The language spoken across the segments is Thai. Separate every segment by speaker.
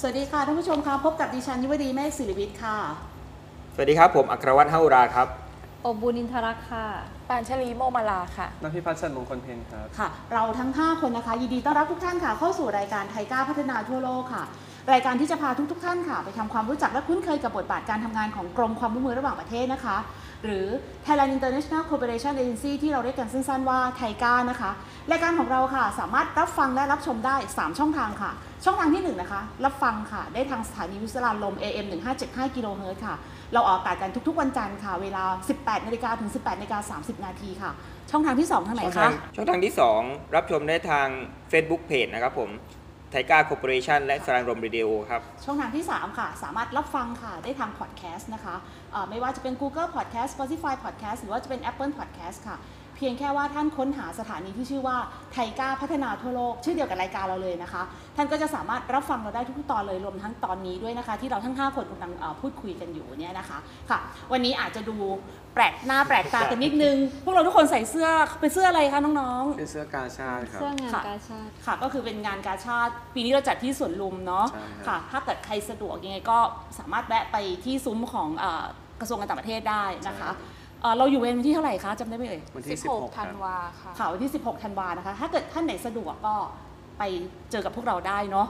Speaker 1: สวัสดีค่ะท่านผู้ชมค่ะพบกับดิฉันยุวดีเมฆศิริวิทย์ค่ะ
Speaker 2: สวัสดีครับ ผมอัครวัฒน์เฮาอุราครับ
Speaker 3: อบบุญอินทรักษ์ค่ะ
Speaker 4: ปานชลีโมมาลาค่ะ
Speaker 5: นพิพัฒน์ชันมงคลเพนครับ
Speaker 1: ค่ะ เราทั้ง 5 คนนะคะ ยินดีต้อนรับทุกท่านค่ะ เข้าสู่รายการไทยก้าวพัฒนาทั่วโลกค่ะ รายการที่จะพาทุกๆท่านค่ะ ไปทำความรู้จักและคุ้นเคยกับบทบาทการทำงานของกรมความร่วมมือระหว่างประเทศนะคะ หรือ Thailand International Cooperation Agency ที่เราเรียกกันสั้นๆว่าไทยก้านะคะ รายการของเราค่ะสามารถรับฟังและรับชมได้ 3 ช่องทางค่ะ ช่องทางที่ 1 นะคะ รับฟังค่ะ ได้ทางสถานีวิทยุลาลม AM 1575กิโลเฮิรตซ์ค่ะ เราออกอากาศกันทุกๆ วันจันทร์ค่ะ เวลา 18นาฬิกาถึง 18นาฬิกาสา30 นาทีค่ะ ช่องทางที่สองทางไหน
Speaker 2: ช่อง
Speaker 1: คะ
Speaker 2: ทางช่องทางที่ 2 รับชมได้ทาง Facebook Page นะครับผมไทก้าคอร์ปอเรชันและสรางรมรีดิโอครับ
Speaker 1: ช่องทางที่ 3 ค่ะ สามารถรับฟังค่ะ ได้ทางพอดแคสต์นะคะเอ่อไม่ว่าจะเป็น Google Podcast Spotify Podcast หรือว่าจะเป็น Apple Podcast ค่ะ เพียงแค่ว่าท่านค้นหาสถานีที่ชื่อว่าไทก้าพัฒนาทั่วโลก ชื่อเดียวกับรายการเราเลยนะคะ ท่านก็จะสามารถรับฟังเราได้ทุกๆตอนเลยรวมทั้งตอนนี้ด้วยนะคะ ที่เราทั้ง 5 คนกำลังเอ่อพูดคุยกันอยู่เนี่ยนะคะค่ะ วันนี้อาจจะดูแปลกหน้าแปลกตากันนิดนึง พวกเราทุกคนใส่เสื้อเป็นเสื้ออะไรคะน้องๆ
Speaker 5: เป็นเสื้อกาชาดครับ
Speaker 3: เสื้องาน
Speaker 1: ค่ะ
Speaker 3: กาชาติ
Speaker 1: ค่ะก็คือเป็นงานกาชาติปีนี้เราจัดที่สวนลุมเนาะ
Speaker 5: ใช่ครับ
Speaker 1: ค่ะ ถ้าเกิดใครสะดวกยังไงก็สามารถแวะไปที่ซุ้มของเอ่อกระทรวงการต่างประเทศได้นะคะเอ่อเราอยู่เวรวันที่เท่าไหร่คะจำได้ไหมเอ่ย
Speaker 5: วันที่
Speaker 4: 16
Speaker 5: 16
Speaker 4: ธัน
Speaker 5: ครับ
Speaker 4: วาค่ะ
Speaker 1: ค่ะวันที่ 16 ธันวานะคะ ถ้าเกิดท่านไหนสะดวกก็ไปเจอกับพวกเราได้เนาะ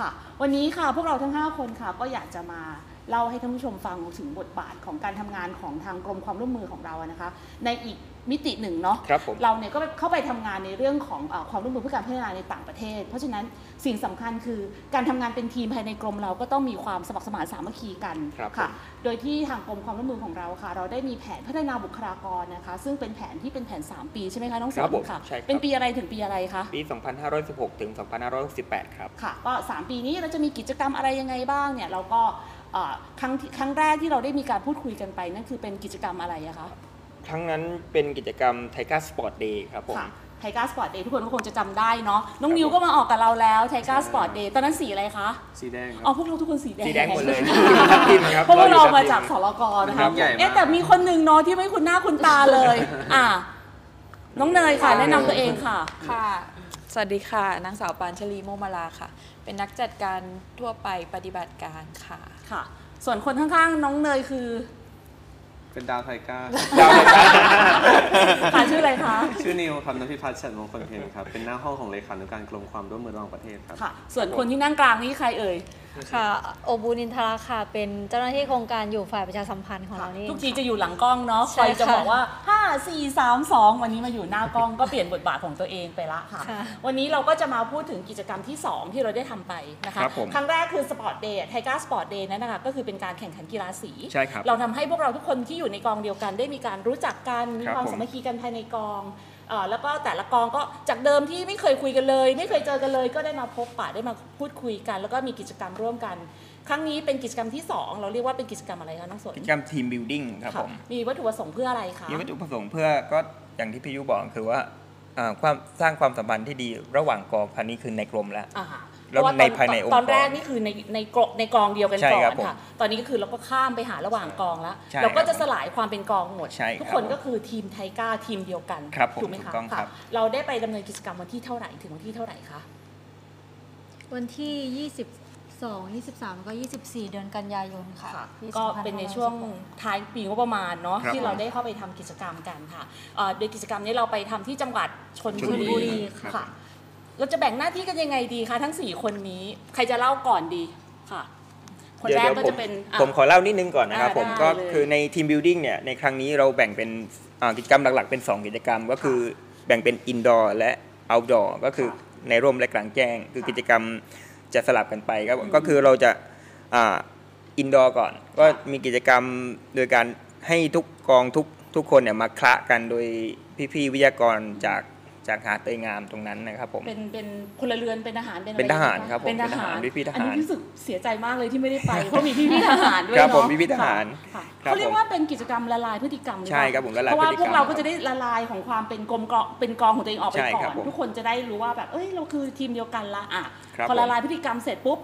Speaker 1: ค่ะ วันนี้ค่ะพวกเราทั้ง 5 คนค่ะ ก็อยากจะมาเล่าให้ท่านผู้ชมฟังถึงบทบาทของการทำงานของทางกรมความร่วมมือของเราอะนะคะ ในอีกมิติหนึ่งเนาะ
Speaker 2: ครับผม
Speaker 1: เราเนี่ยก็เข้าไปทำงานในเรื่องของเออความร่วมมือเพื่อการพัฒนาในต่างประเทศ เพราะฉะนั้นสิ่งสำคัญคือการทำงานเป็นทีมภายในกรมเราก็ต้องมีความสมัครสมานสามัคคีกัน
Speaker 2: ครับ
Speaker 1: ค่ะ
Speaker 2: ผม
Speaker 1: โดยที่ทางกรมความร่วมมือของเราค่ะ เราได้มีแผนพัฒนาบุคลากรนะคะ ซึ่งเป็นแผนที่เป็นแผน 3 ปีใช่ไหมคะน้องส
Speaker 2: ครับ
Speaker 1: น
Speaker 2: ผม
Speaker 1: ค่ะ
Speaker 2: ใช่ครับ
Speaker 1: เป็นปีอะไรถึงปีอะไรคะ
Speaker 2: ปี 2516 ถึง 2568 ครับ
Speaker 1: ค่ะก็ 3 ปีนี้เราจะมีกิจกรรมอะไรยังไงบ้างเนี่ยเราก็เอ่อครั้งที่ครั้งแรกที่เราได้มีการพูดคุยกันไปนั่นคือเป็นกิจกรรมอะไรอะคะ
Speaker 2: ครั้งนั้นเป็นกิจกรรมไทก้าสปอร์ตเดย์ครับผม
Speaker 1: ค่ะไทก้าสปอร์ตเดย์ทุกคนก็คงจะจำได้เนาะ น้อง
Speaker 2: ครับ
Speaker 1: นิวก็มาออกกับเราแล้วไทก้า
Speaker 5: ใช่
Speaker 1: สปอร์ตเดย์ตอนนั้นสีอะไรคะ
Speaker 5: สีแดงค
Speaker 1: อ๋อ
Speaker 5: รับ
Speaker 1: พวกเราทุกคนสีแดง
Speaker 2: สีแดงหมดเลยครับทีมครับ
Speaker 1: เพราะว่าเรา
Speaker 2: เราอยู่
Speaker 1: มา
Speaker 2: ทีม
Speaker 1: จากสรกนะ
Speaker 5: ครั
Speaker 1: คะ
Speaker 5: บใหญ่มาก
Speaker 1: เอ๊ะแต่มีคนหนึ่งเนาะที่ไม่คุ้นหน้าคุ้นตาเลย อ่ะ น้องเนยค่ะ แนะนำตัวเองค่ะ
Speaker 4: ค่ะ สวัสดีค่ะ นางสาวปานชลีโมมาลาค่ะ เป็นนักจัดการทั่วไปปฏิบัติการค่ะ
Speaker 1: ค่ะ ส่วนคนข้างๆ น้องเนย คือ
Speaker 5: เป็นดาวไทก้า
Speaker 1: ค่ะชื่ออะไรคะ
Speaker 5: ชื่อนิวครับนพิพัฒน์ชันมงคลเพนครับ เป็นหน้าห้องของเลขานุการกรมความร่วมมือระหว่างประเทศครับ
Speaker 1: ค่ะ ส่วนคนที่นั่งกลางนี่ใครเอ่ย
Speaker 3: ค่ะอบบุญอินทรักษ์ค่ะ เป็นเจ้าหน้าที่โครงการอยู่ฝ่ายประชาสัมพันธ์ของเรานี่เอง
Speaker 1: ทุกทีจะอยู่หลังกล้องเนาะค
Speaker 3: ใช่
Speaker 1: อยจะ
Speaker 3: ค่ะ
Speaker 1: บอกว่า 5 4 3 2 วันนี้มาอยู่หน้ากล้อง ก็เปลี่ยนบทบาทของตัวเองไปละค่ะ
Speaker 3: ค่ะ
Speaker 1: วันนี้เราก็จะมาพูดถึงกิจกรรมที่ 2 ที่เราได้ทำไปนะคะ
Speaker 2: ครับผม
Speaker 1: ครั้งแรกคือสปอร์ตเดย์ไทก้าสปอร์ตเดย์นั่นนะคะ ก็คือเป็นการแข่งขันกีฬาสี
Speaker 2: ใช่ครับ
Speaker 1: เราทำให้พวกเราทุกคนที่อยู่ในกองเดียวกัน ได้มีการรู้จักกัน มี
Speaker 2: ครับ
Speaker 1: ความ
Speaker 2: ผม
Speaker 1: สามัคคีกันภายในกองเอ่อแล้วก็แต่ละกองก็จากเดิมที่ไม่เคยคุยกันเลย ไม่เคยเจอกันเลย ก็ได้มาพบปะได้มาพูดคุยกัน แล้วก็มีกิจกรรมร่วมกัน ครั้งนี้เป็นกิจกรรมที่สองเราเรียกว่าเป็นกิจกรรมอะไรคะน้องสน
Speaker 2: กิจกรรมทีมบิ l ดิ้งครับ
Speaker 1: ค่ะ
Speaker 2: ผม
Speaker 1: มีวัตถุประสงค์เพื่ออะไรคะ
Speaker 2: มีวัตถุประสงค์เพื่อก็อย่างที่พี่ยุบอกคือว่าอ่าความสร้างความสัมพันธ์ที่ดีระหว่างกองพันนี้คือในกรมแล้ว
Speaker 1: อ่าฮะ
Speaker 2: แล้ว
Speaker 1: เพระ
Speaker 2: ใน
Speaker 1: ตอ
Speaker 2: ภายในองค์กร
Speaker 1: ตอนแรกนี่คือในในกรในกองเดียวกัน
Speaker 2: ใช่
Speaker 1: ก่อ
Speaker 2: ครับ
Speaker 1: น
Speaker 2: ผม
Speaker 1: ค่ะ ตอนนี้ก็คือเราก็ข้ามไปหาระหว่างกองแล้ว
Speaker 2: ใช่
Speaker 1: เราก็
Speaker 2: ครับ
Speaker 1: จะสลายความเป็นกองหมด
Speaker 2: ใช่ครับ
Speaker 1: ทุกคนก็คือทีมไทก้าทีมเดียวกัน
Speaker 2: ครับผม
Speaker 1: ถูกไหม
Speaker 2: ถู
Speaker 1: คะ
Speaker 2: กต้องครับ
Speaker 1: ะเราได้ไปดำเนินกิจกรรมวันที่เท่าไหร่ถึงวันที่เท่าไหร่คะ
Speaker 3: วันที่ 22 23แล้วก็ 24 เดือนกันยายนค่ะปี
Speaker 1: ก็เป็นในช่วง
Speaker 3: 2566
Speaker 1: ท้ายปีงบประมาณเนาะ
Speaker 2: ครับ
Speaker 1: ที่เราได้เข้าไปทำกิจกรรมกันค่ะเอ่อโดยกิจกรรมนี้เราไปทำที่จังหวัดชนบุ
Speaker 2: ชลบุรี
Speaker 1: รี
Speaker 2: ครับ
Speaker 1: ค่ะ เราจะแบ่งหน้าที่กันยังไงดีคะทั้งสี่คนนี้ใครจะเล่าก่อนดีค่ะ คนแรกก็
Speaker 2: ดี๋ยวๆ
Speaker 1: จะเป็น
Speaker 2: ผม
Speaker 1: อ่ะ
Speaker 2: ผมขอเล่านิดนึงก่อนนะครับ
Speaker 1: อ่า
Speaker 2: ผม
Speaker 1: ได้
Speaker 2: ก็
Speaker 1: เลย
Speaker 2: คือในทีมบิ l ดิ้งเนี่ยในครั้งนี้เราแบ่งเป็นอ่ากิจกรรมหลักๆ เป็น 2 กิจกรรม ก็คือแบ่งเป็นอินดอร์และเอาดอร์ก็คือในร่มและกลางแจ้ง คือ
Speaker 1: ค่ะ
Speaker 2: กิจกรรมจะสลับกันไปครับผม
Speaker 1: อืม
Speaker 2: ก็คือเราจะอินดอร์ก่อน ก็
Speaker 1: ค่ะ
Speaker 2: มีกิจกรรมโดยการให้ทุกกองทุกทุกคนเนี่ยมาคละกันโดยพี่ๆวิทยากรจากจากหาดเตยงามตรงนั้นนะครับผม
Speaker 1: เป็นเป็นพลเรือนเป็นทหารเป็นอะไร
Speaker 2: เป็นทหารครับผม
Speaker 1: เป็นทหาร
Speaker 2: เป็นทหารพี่ๆทหาร
Speaker 1: อันนี้รู้สึกเสียใจมากเลยที่ไม่ได้ไป เพราะมีพี่พี่ๆทหารด้วย
Speaker 2: ครับ
Speaker 1: เนาะ
Speaker 2: ผมพี่ๆทหาร
Speaker 1: ค่ะ
Speaker 2: ครับ
Speaker 1: เขาเรียกว่าเป็นกิจกรรมละลายพฤติกรรมหอเปล่า
Speaker 2: ใช่ครับผมละลาย
Speaker 1: เพราะว่า
Speaker 2: พฤ
Speaker 1: พ
Speaker 2: ติกรรม
Speaker 1: วกเราก็จะได้ละลายของความเป็นกรมกองเป็นกองของตัวเองออกไป
Speaker 2: ใช่
Speaker 1: ก่อ
Speaker 2: ครับ
Speaker 1: น
Speaker 2: ผม
Speaker 1: ทุกคนจะได้รู้ว่าแบบเอ้ยเราคือทีมเดียวกันละอ่ะ
Speaker 2: ครับ
Speaker 1: พอละ
Speaker 2: ผม
Speaker 1: ลายพฤติกรรมเสร็จปุ๊บ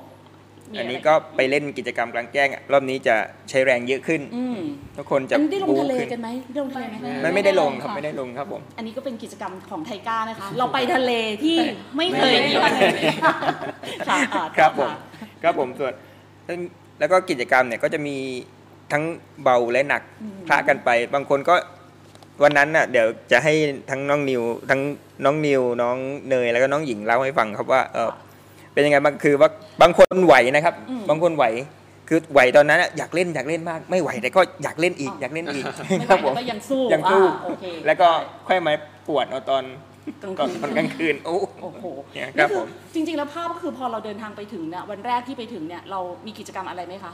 Speaker 1: มี
Speaker 2: อันนี้
Speaker 1: ะไร
Speaker 2: ก็ไปเล่นกิจกรรมกลางแจ้งอะรอบนี้จะใช้แรงเยอะขึ้น
Speaker 1: อืม
Speaker 2: ทุกคนจะ
Speaker 1: อันนี้ได้ลง
Speaker 2: บู๊
Speaker 1: ทะเล
Speaker 2: ขึ้
Speaker 1: กันไหมได้ลงทะเลไหมคะ
Speaker 2: ไม่ไม่ได้ลงครับ
Speaker 3: ค่ะ
Speaker 2: ไม่ได้ลงครับผม
Speaker 1: อันนี้ก็เป็นกิจกรรมของไทก้านะคะ เราไปทะเลที่ไม่เคยมีค่ะอ่ะ
Speaker 2: ครับผม
Speaker 1: ะ
Speaker 2: ครับผมส่วนแล้วก็กิจกรรมเนี่ยก็จะมีทั้งเบาและหนัก
Speaker 1: อืม
Speaker 2: คละกันไป บางคนก็วันนั้นน่ะเดี๋ยวจะให้ทั้งน้องนิว ทั้งน้องนิว น้องเนยแล้วก็น้องหญิงเล่าให้ฟังครับว่าเออเป็นยังไงบ้างคือว่าบางคนไหวนะครับ
Speaker 1: อืม
Speaker 2: บางคนไหว คือไหวตอนนั้นน่ะอยากเล่นอยากเล่นมาก ไม่ไหวแต่ก็อยากเล่นอีก
Speaker 1: อ๋อ
Speaker 2: อ
Speaker 1: อ
Speaker 2: ยากเล่นอีก
Speaker 1: ไม่
Speaker 2: ครับ
Speaker 1: ไห
Speaker 2: ผ
Speaker 1: ว
Speaker 2: ม
Speaker 1: แต่ก็ยังสู้
Speaker 2: ยังสู้
Speaker 1: อ่าโอเค
Speaker 2: แล้วก็ค่อยมาปวดเอาตอน
Speaker 1: กลาง
Speaker 2: ตอน
Speaker 1: คืน
Speaker 2: ตอนกลางคืนโอ้
Speaker 1: โอ้โห
Speaker 2: เนี่ยครั
Speaker 1: นี่
Speaker 2: บ
Speaker 1: คื
Speaker 2: ผ
Speaker 1: อ
Speaker 2: ม
Speaker 1: จริงๆ แล้วภาพก็คือพอเราเดินทางไปถึงเนี่ยวันแรกที่ไปถึงเนี่ยเรามีกิจกรรมอะไรไหมคะ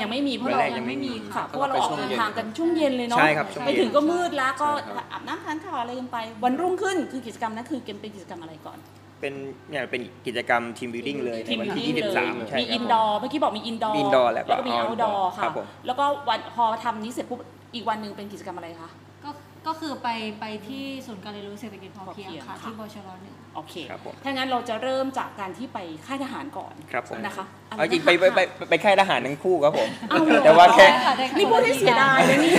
Speaker 1: ยังไม่มีเพราะเรา
Speaker 2: วันแรกยังไม่มี
Speaker 1: ค่ะเพราะว่าเราออกเดินทางกันช่วงเย็นเลยเนาะ
Speaker 2: ใช่ครับช่วง
Speaker 1: ไป
Speaker 2: เย็
Speaker 1: ถึ
Speaker 2: น
Speaker 1: งก็มืดแล้วก็
Speaker 5: ใช่ครับ
Speaker 1: อาบน้ำทานข้าวอะไรกันไป วันรุ่งขึ้นคือกิจกรรมนั้นคือเป็นกิจกรรมอะไรก่อน
Speaker 2: เป็นเนี่ยเป็นกิจกรรมทีมบิวดิ้งเลย
Speaker 1: ทีม
Speaker 2: ในวัน
Speaker 1: บิวดิ้ง
Speaker 2: ที่ยี่สิ
Speaker 1: เล
Speaker 2: บ
Speaker 1: ย
Speaker 2: สามใช่
Speaker 1: มี
Speaker 2: ค
Speaker 1: อิน
Speaker 2: รับ
Speaker 1: ดอร์เมื่อกี้บอกมีอินดอร์
Speaker 2: indoor แล้วก็
Speaker 1: มี
Speaker 2: outdoor
Speaker 1: เอาดอร์
Speaker 2: ครั
Speaker 1: ค่ะ
Speaker 2: บผม
Speaker 1: แล้วก็วันพอทำนี้เสร็จปุ๊บอีกวันหนึ่งเป็นกิจกรรมอะไรคะ
Speaker 3: ก็ก็คือไปไปที่ศูนย์การเรียนรู้เศรษฐกิจพอเพียงค่ะ
Speaker 1: พอเพียงค่ะ
Speaker 3: ที่บชรหนึ่ง
Speaker 1: โอเค
Speaker 2: ครับผม
Speaker 1: ถ้างั้นเราจะเริ่มจากการที่ไปค่ายทหารก่อน
Speaker 2: ครับผม
Speaker 1: นะคะอะ
Speaker 2: เอาจริง
Speaker 1: นะ
Speaker 2: ไป
Speaker 1: คะ
Speaker 2: ไปไปไปไปค่ายทหารทั้งคู่ครับผม
Speaker 1: เอาเหรอ
Speaker 2: แต่ว่าแค่
Speaker 3: ได้ค่ะได้ค่ะ
Speaker 1: นี่พูดให้เสียดายนะนี่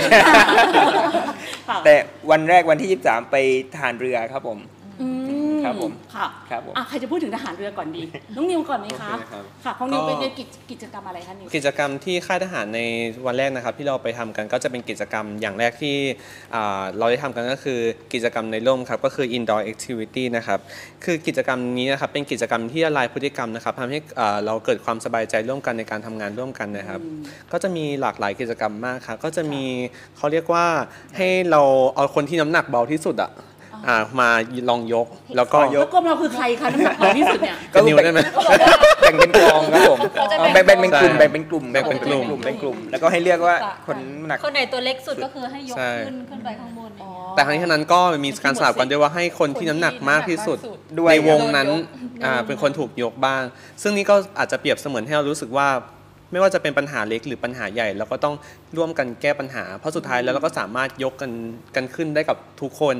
Speaker 1: ค่ะ
Speaker 2: แต่วันแรกวันที่ 23 ไปทหารเรือครับผม
Speaker 1: อืม
Speaker 2: ครับผม
Speaker 1: ค่ะ
Speaker 2: ครับผม
Speaker 1: อ่ะใครจะพูดถึงทหารเรือก่อนดี น้องนิวก่อนไหมคะ
Speaker 5: โอเคครับ
Speaker 1: ค่ะของนิวเป็นกิจกิจกรรมอะไรคะนิว
Speaker 5: กิจกรรมที่ค่ายทหารในวันแรกนะครับ ที่เราไปทำกันก็จะเป็นกิจกรรมอย่างแรกที่อ่าเราได้ทำกันก็คือกิจกรรมในร่มครับก็คือ indoor activity นะครับคือกิจกรรมนี้นะครับเป็นกิจกรรมที่ละลายพฤติกรรมนะครับทำให้อ่าเราเกิดความสบายใจร่วมกันในการทำงานร่วมกันนะครับ
Speaker 1: อืม
Speaker 5: ก็จะมีหลากหลายกิจกรรมมากครับก็จะมีเขาเรียกว่าให้เราเอาคนที่น้ำหนักเบาที่สุดอะอ่ามาลองยกแล้วก็
Speaker 1: แล้วกลมเราคือใครคะน้ำหนักเบาที่สุดเนี่ย
Speaker 5: จะนิวได้ไหม
Speaker 2: แบ่งเป็นกองครับผม
Speaker 3: เขาจะ
Speaker 2: เอา
Speaker 3: แบ่
Speaker 2: แบ่ง
Speaker 3: งกอง
Speaker 2: เป็นกลุ่มแบ่งเป็นกลุ่ม
Speaker 5: แบ่งเป็นกลุ่ม
Speaker 2: แบ่งเป็นกลุ่ม แล้วก็ให้เลือกว่าคนหนัก
Speaker 3: คนไหนตัวเล็กสุดก็คือให้ยก
Speaker 5: ใช่
Speaker 3: ขึ้นขึ้นไปข้างบนอย่างเงี้ย
Speaker 5: แต่ทั้งนี้ทั้งนั้นก็มีการสลับกันด้วยว่าให้คนที่น้ำหนักมากที่สุด
Speaker 2: ด้วย
Speaker 5: ในวงนั้น
Speaker 4: โดนยก
Speaker 5: อ่าเป็นคนถูกยกบ้าง ซึ่งนี่ก็อาจจะเปรียบเสมือนให้เรารู้สึกว่า ไม่ว่าจะเป็นปัญหาเล็กหรือปัญหาใหญ่เราก็ต้องร่วมกันแก้ปัญหา เพราะสุดท้ายแล้วเราก็สามารถยกกันกันขึ้นได้กับทุกคน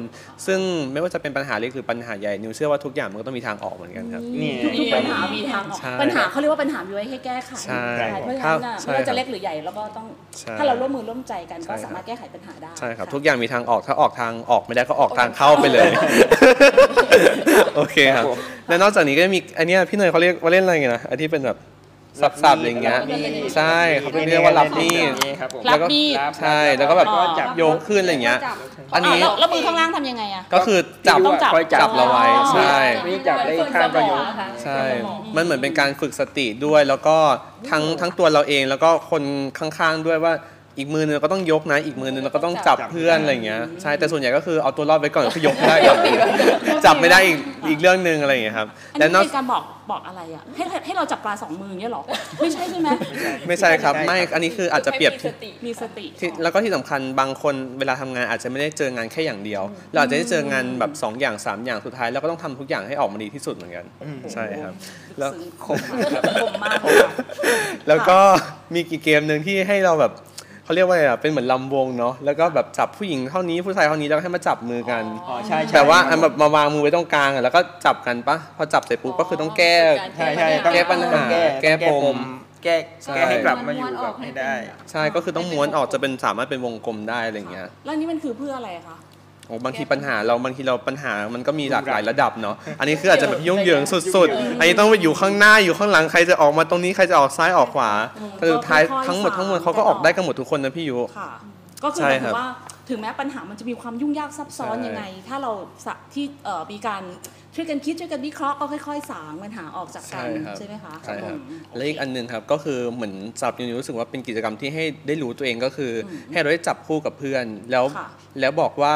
Speaker 5: ซึ่งไม่ว่าจะเป็นปัญหาเล็กหรือปัญหาใหญ่นิวเชื่อว่าทุกอย่างมันก็ต้องมีทางออกเหมือนกันครับ
Speaker 2: นี่
Speaker 1: ทุกๆปัญหามีทางออก
Speaker 5: ใช่
Speaker 1: ปัญหาเขาเรียกว่าปัญหามีไว้ให้แก้ไข
Speaker 5: ใช่
Speaker 1: เพราะฉะนั้นน่ะ
Speaker 5: ใช่
Speaker 1: ไม่ว่าจะเล็กหรือใหญ่เราก็ต้อง
Speaker 5: ใช่
Speaker 1: ถ้าเราร่วมมือร่วมใจกันก็
Speaker 5: ใช่ครับ
Speaker 1: สามารถแก้ไขปัญหาได้
Speaker 5: ใช่ครับ
Speaker 1: ะ
Speaker 5: ทุกอย่างมีทางออกถ้าออกทางออกไม่ได้ก็ออกทางเข้าไปเลย โอเคครับ
Speaker 2: ครับผม
Speaker 5: แล้วนอกจากนี้ก็มีอันเนี้ยพี่เนยเขาเรียกว่าเล่นอะไรกันนะอันที่เป็นแบบสับๆอย่างเงี้ย
Speaker 2: รับมีด
Speaker 5: ใช่เขาเรียกว่ารับมีด
Speaker 2: ครับผม
Speaker 1: รับมีด
Speaker 5: ใช่แล้วก็แบบ
Speaker 1: อ๋อ
Speaker 5: จับโยกขึ้นอะไรอย่างเงี้ย อันนี้
Speaker 1: อ่ะแล้วแล้วมือข้างล่างทำยังไงอะ
Speaker 5: ก็คือจับ
Speaker 1: ต้องจับ
Speaker 2: คอย
Speaker 5: จับเราไว้ใช่
Speaker 2: ไม่จับได้ข้ามประโยค
Speaker 5: ใช่ มันเหมือนเป็นการฝึกสติด้วย แล้วก็ทั้งทั้งตัวเราเองแล้วก็คนข้างๆด้วยว่าอีกมือนึงเราก็ต้องยกนะ อีกมือนึงเราก็ต้องจับเพื่อนอะไรอย่างเงี้ย ใช่ แต่ส่วนใหญ่ก็คือเอาตัวรอดไว้ก่อนก็คือยกไม่ได้จับจับไม่ได้อีกอีกเรื่องหนึ่งอะไรอย่างเงี้ยครับ
Speaker 1: อัน
Speaker 5: และ
Speaker 1: นี้
Speaker 5: นอก
Speaker 1: เป็นการบอกบอกอะไรอ่ะให้ให้ให้เราจับปลาสองมืออย่างเงี้ยเหรอ ไม่ใช่ใช่ไหม
Speaker 5: ไม่ใช่ครับ ไม่ อันนี้คืออาจจะเปรียบ
Speaker 4: ให้มีสติ
Speaker 1: มีสติ
Speaker 5: ที่แล้วก็ที่สำคัญบางคนเวลาทำงานอาจจะไม่ได้เจองานแค่อย่างเดียว เราอาจจะได้เจองานแบบ 2 อย่าง 3 อย่างสุดท้ายเราก็ต้องทำทุกอย่างให้ออกมาดีที่สุดเหมือนกัน ใช่ครับ แล้ว
Speaker 1: ซึ้งคมมากคมมาก
Speaker 5: แล้วก็มีกี่เกมหนึ่งที่ให้เราแบบเขาเรียกว่าอะไรอะเป็นเหมือนลำวงเนาะแล้วก็แบบจับผู้หญิงเท่านี้ผู้ชายเท่านี้แล้วให้มาจับมือกัน
Speaker 2: อ๋อใช่ใช่
Speaker 5: แต่ว่าอันแบบมาวางมือไว้ตรงกลางอะแล้วก็จับกันปะพอจับเสร็จปุ๊บก็คือต้องแก้
Speaker 2: ใช่ใช่ต้อง
Speaker 5: แก้ปัญหา
Speaker 2: ต้องแก้
Speaker 5: แก้ปม
Speaker 2: แก้
Speaker 5: ใช่
Speaker 2: แก้ให้กลับมาอยู่แบบให้ได้
Speaker 5: ใช่ก็คือต้องม้วนออกจะเป็นสามารถเป็นวงกลมได้อะไรอย่างเงี้ย
Speaker 1: แล้วอันนี่มันคือเพื่ออะไรคะ
Speaker 5: โอ้บางทีปัญหาเราบางทีเราปัญหามันก็มีหลากหลายระดับเนาะอันนี้คืออาจจะแบบยุ่งเหยิงสุดๆ อันนี้ต้องไปอยู่ข้างหน้าอยู่ข้างหลังใครจะออกมาตรงนี้ใครจะออกซ้ายออกขวา
Speaker 1: อืม
Speaker 5: แต่สุดท้าย
Speaker 1: ก็ค่อยๆ
Speaker 5: ทั้งหมด
Speaker 1: สาน
Speaker 5: ทั้งมวลเขาก็อ
Speaker 1: กั
Speaker 5: อก
Speaker 1: นออก
Speaker 5: ได้กันหมดทุกคนนะพี่ยุ
Speaker 1: ค่ะ ก็คือ
Speaker 5: ใช่
Speaker 1: หมายถึ
Speaker 5: ครั
Speaker 1: ง
Speaker 5: บ
Speaker 1: ว่าถึงแม้ปัญหามันจะมีความยุ่งยากซับซ้อนยังไง ถ้าเราสะที่เอ่อมีการช่วยกันคิดช่วยกันวิเคราะห์ก็ค่อย ๆ สางปัญหาออกจากกัน
Speaker 5: รับ
Speaker 1: ใช่ไหมคะ
Speaker 5: ใช่ครับ
Speaker 1: อืม
Speaker 5: และอีกอันหนึ่งครับก็คือเหมือนสำหรับยูนิรู้สึกว่าเป็นกิจกรรมที่ให้ได้รู้ตัวเองก็คืออให้เราได้จับคู่กับเพื่อน แล้ว
Speaker 1: ค่ะ
Speaker 5: แล้วบอกว่า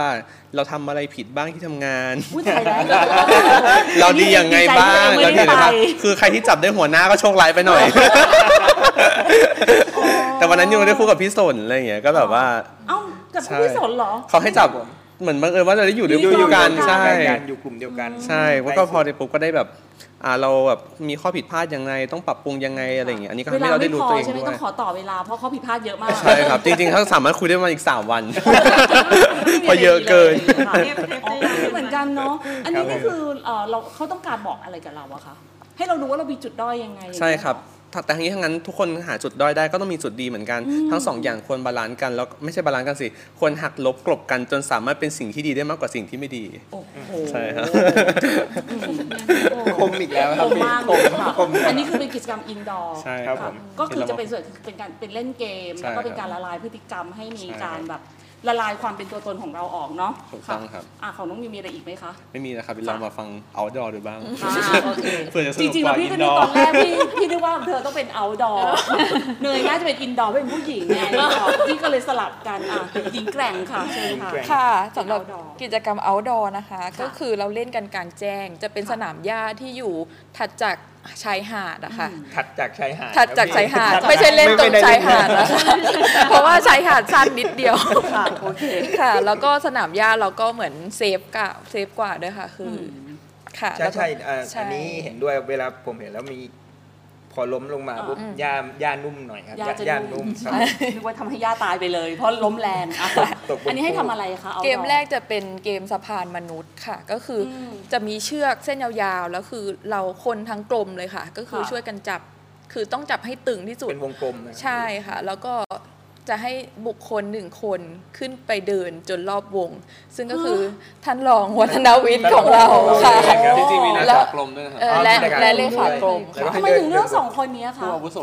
Speaker 5: เราทำอะไรผิดบ้างที่ทำงาน
Speaker 1: อุ้ยตายแล้ว
Speaker 5: เราดียังไงบ้าง
Speaker 1: ไม่
Speaker 5: เรา
Speaker 1: ได้
Speaker 5: ดียังไงบ้าง
Speaker 1: ไป
Speaker 5: คือใครที่จับได้หัวหน้าก็โชคร้ายไปหน่อย แต่วันนั้นยังไม่ได้คู่กับพี่สนอะไรอย่างเงี้ยก็แบบว่า
Speaker 1: เอ้ากับ
Speaker 5: ใช่
Speaker 1: พี่สนเหรอ
Speaker 5: เขาให้จับเหมือนบังเอิญว่าเราได้อยู่ด้วย
Speaker 1: อยู่
Speaker 5: คู่กัน
Speaker 1: ด้วยกัน
Speaker 5: ใช่
Speaker 2: แบ่งงานอยู่กลุ่มเดียวกัน
Speaker 5: ใช่แล้วก็พอได้ปุ๊บก็ได้แบบอ่าเราแบบมีข้อผิดพลาดยังไงต้องปรับปรุงยังไงอะไรอย่างเงี้ยอันนี้ก็
Speaker 1: เว
Speaker 5: ทำให้
Speaker 1: ลา
Speaker 5: เรา
Speaker 1: ไม่
Speaker 5: ได้รู้
Speaker 1: พอ
Speaker 5: ตัวเอง
Speaker 1: ใช่ไหม
Speaker 5: ด้ว
Speaker 1: ต้อย งขอต่อเวลาเพราะเขาผิดพลาดเยอะมาก
Speaker 5: ใช่ครับจริงๆถ้าสามารถคุยได้ประมาณอีก 3 วัน
Speaker 1: ไม่มี
Speaker 5: พอเยอะเกิน
Speaker 1: อะไรดีเลยอ๋อเหมือนกันเนาะ อันนี้นี่คือเอ่อเราเขาต้องการบอกอะไรกับเราอะคะ ให้เรารู้ว่าเรามีจุดด้อยยังไง
Speaker 5: ใช่ครับถ้าแต่ทั้งนี้ทั้งนั้นทุกคนหาจุดด้อยได้ก็ต้องมีจุดดีเหมือนกัน ทั้งสองอย่างควรบาลานซ์กันแล้วไม่ใช่บาลานซ์กันสิควรหักลบกลบกันจนสามารถเป็นสิ่งที่ดีได้มากกว่าสิ่งที่ไม่ดี
Speaker 1: โอ้โห
Speaker 5: ใช่ครับ
Speaker 1: อืมโอ้
Speaker 2: คมอีกแล้วค
Speaker 1: ค
Speaker 2: รับ
Speaker 1: ม
Speaker 2: พี่
Speaker 1: มาก
Speaker 2: ค
Speaker 1: เลย
Speaker 2: ม
Speaker 1: ค่ะ
Speaker 2: คม
Speaker 1: อันนี้คือเป็นกิจกรรมอินดอร์
Speaker 5: ใช่
Speaker 2: ครับ
Speaker 5: ค
Speaker 2: ผ
Speaker 5: รับ
Speaker 2: ม
Speaker 1: ก็คือจะเป็นส่วนเป็นการเป็นเล่นเกม
Speaker 5: ใช่
Speaker 1: แล้วก็เป็น
Speaker 5: ครับ
Speaker 1: การละลายพฤติกรรมให้มี
Speaker 5: ใช่
Speaker 1: การแบบละลายความเป็นตัวตนของเราออกเนาะ
Speaker 5: ถูกต้องครับ
Speaker 1: อ่ะของน้องมีมีอะไรอีกไหมคะ
Speaker 5: ไม่มีนะครับเรามาฟัง outdoor ดูบ้าง
Speaker 1: อ่าโอเค
Speaker 5: เผื่อจะส
Speaker 1: จ
Speaker 5: นุก
Speaker 1: ริงๆ
Speaker 5: ก
Speaker 1: แล้
Speaker 5: ว่า
Speaker 1: วพี่ก็นึกตอนแรกพี่พี่นึกว่าเธอต้องเป็น outdoor เนยน่าจะเป็น indoor เป็นผู้หญิงไง indoor พี่ก็เลยสลับกันอ่ะหญิงแกร่งค่ะเชิญค่ะ
Speaker 2: หญิงแกร่ง
Speaker 4: ค่ะสำหรับ
Speaker 1: Outdoor
Speaker 4: กิจกรรม outdoor นะคะ ก็คือเราเล่นกันกลางแจ้ง จะเป็นสนามหญ้าที่อยู่ถัดจากชายหาดนะคะ
Speaker 2: ถัดจากชายหาด
Speaker 4: ถัดจากชายหาด ไม่ใช่เล่นตรงชายหาดนะคะเพราะว่าชายหาดสั้นนิดเดียว
Speaker 1: ค่ะโอเค
Speaker 4: ค่ะ แล้วก็สนามหญ้าเราก็เหมือนเซฟกะเซฟกว่าด้วยค่ะ คือ
Speaker 1: อื
Speaker 4: อ
Speaker 1: ม
Speaker 4: ค่ะ
Speaker 2: ใช่
Speaker 4: แล้วก็
Speaker 2: ใช่อ่า
Speaker 4: ใช่
Speaker 2: อันนี้เห็นด้วยเวลาผมเห็นแล้วมี พอล้มลงมาปุ๊บ
Speaker 4: อ่า
Speaker 2: หญ้าหญ้านุ่มหน่อยครับ
Speaker 1: ยาจะ
Speaker 2: หญ้านุ่มครับ
Speaker 1: นึกว่าทำให้ย่าตายไปเลย เพราะล้มแรงอ่ะ
Speaker 2: ตกบน
Speaker 1: อันนี้ให้ทำอะไรคะ outdoor
Speaker 4: เกมแรกจะเป็นเกมสะพานมนุษย์ค่ะ ก็คืออ
Speaker 1: ม
Speaker 4: จะมีเชือกเส้นยาวๆ แล้วคือเราคนทั้งกลมเลยค่ะ ก็คือ
Speaker 1: ค่ะ
Speaker 4: ช่วยกันจับ คือต้องจับให้ตึงที่สุด
Speaker 2: เป็นวงกลมนะครับ
Speaker 4: ใช่ค่ะ แล้วก็จะให้บุคคลหนึ่งคนขึ้นไปเดินจนรอบวง ซึ่งก็คือท่านรองวัฒนวิทย์ของเราค่ะ
Speaker 2: ท่านรองวัฒนวิทย์ครับ
Speaker 5: จริงๆมีหน้า
Speaker 4: แล้ว
Speaker 5: ตากลมด้วยนะครับ
Speaker 4: เออและ
Speaker 2: อ๋อ
Speaker 4: และเลขากรม
Speaker 2: แล้วก็ให้
Speaker 1: ทำไม
Speaker 2: เดิน
Speaker 1: ถึงเลือกสองคนเนี้ยคะ
Speaker 5: ผู้อาวุโส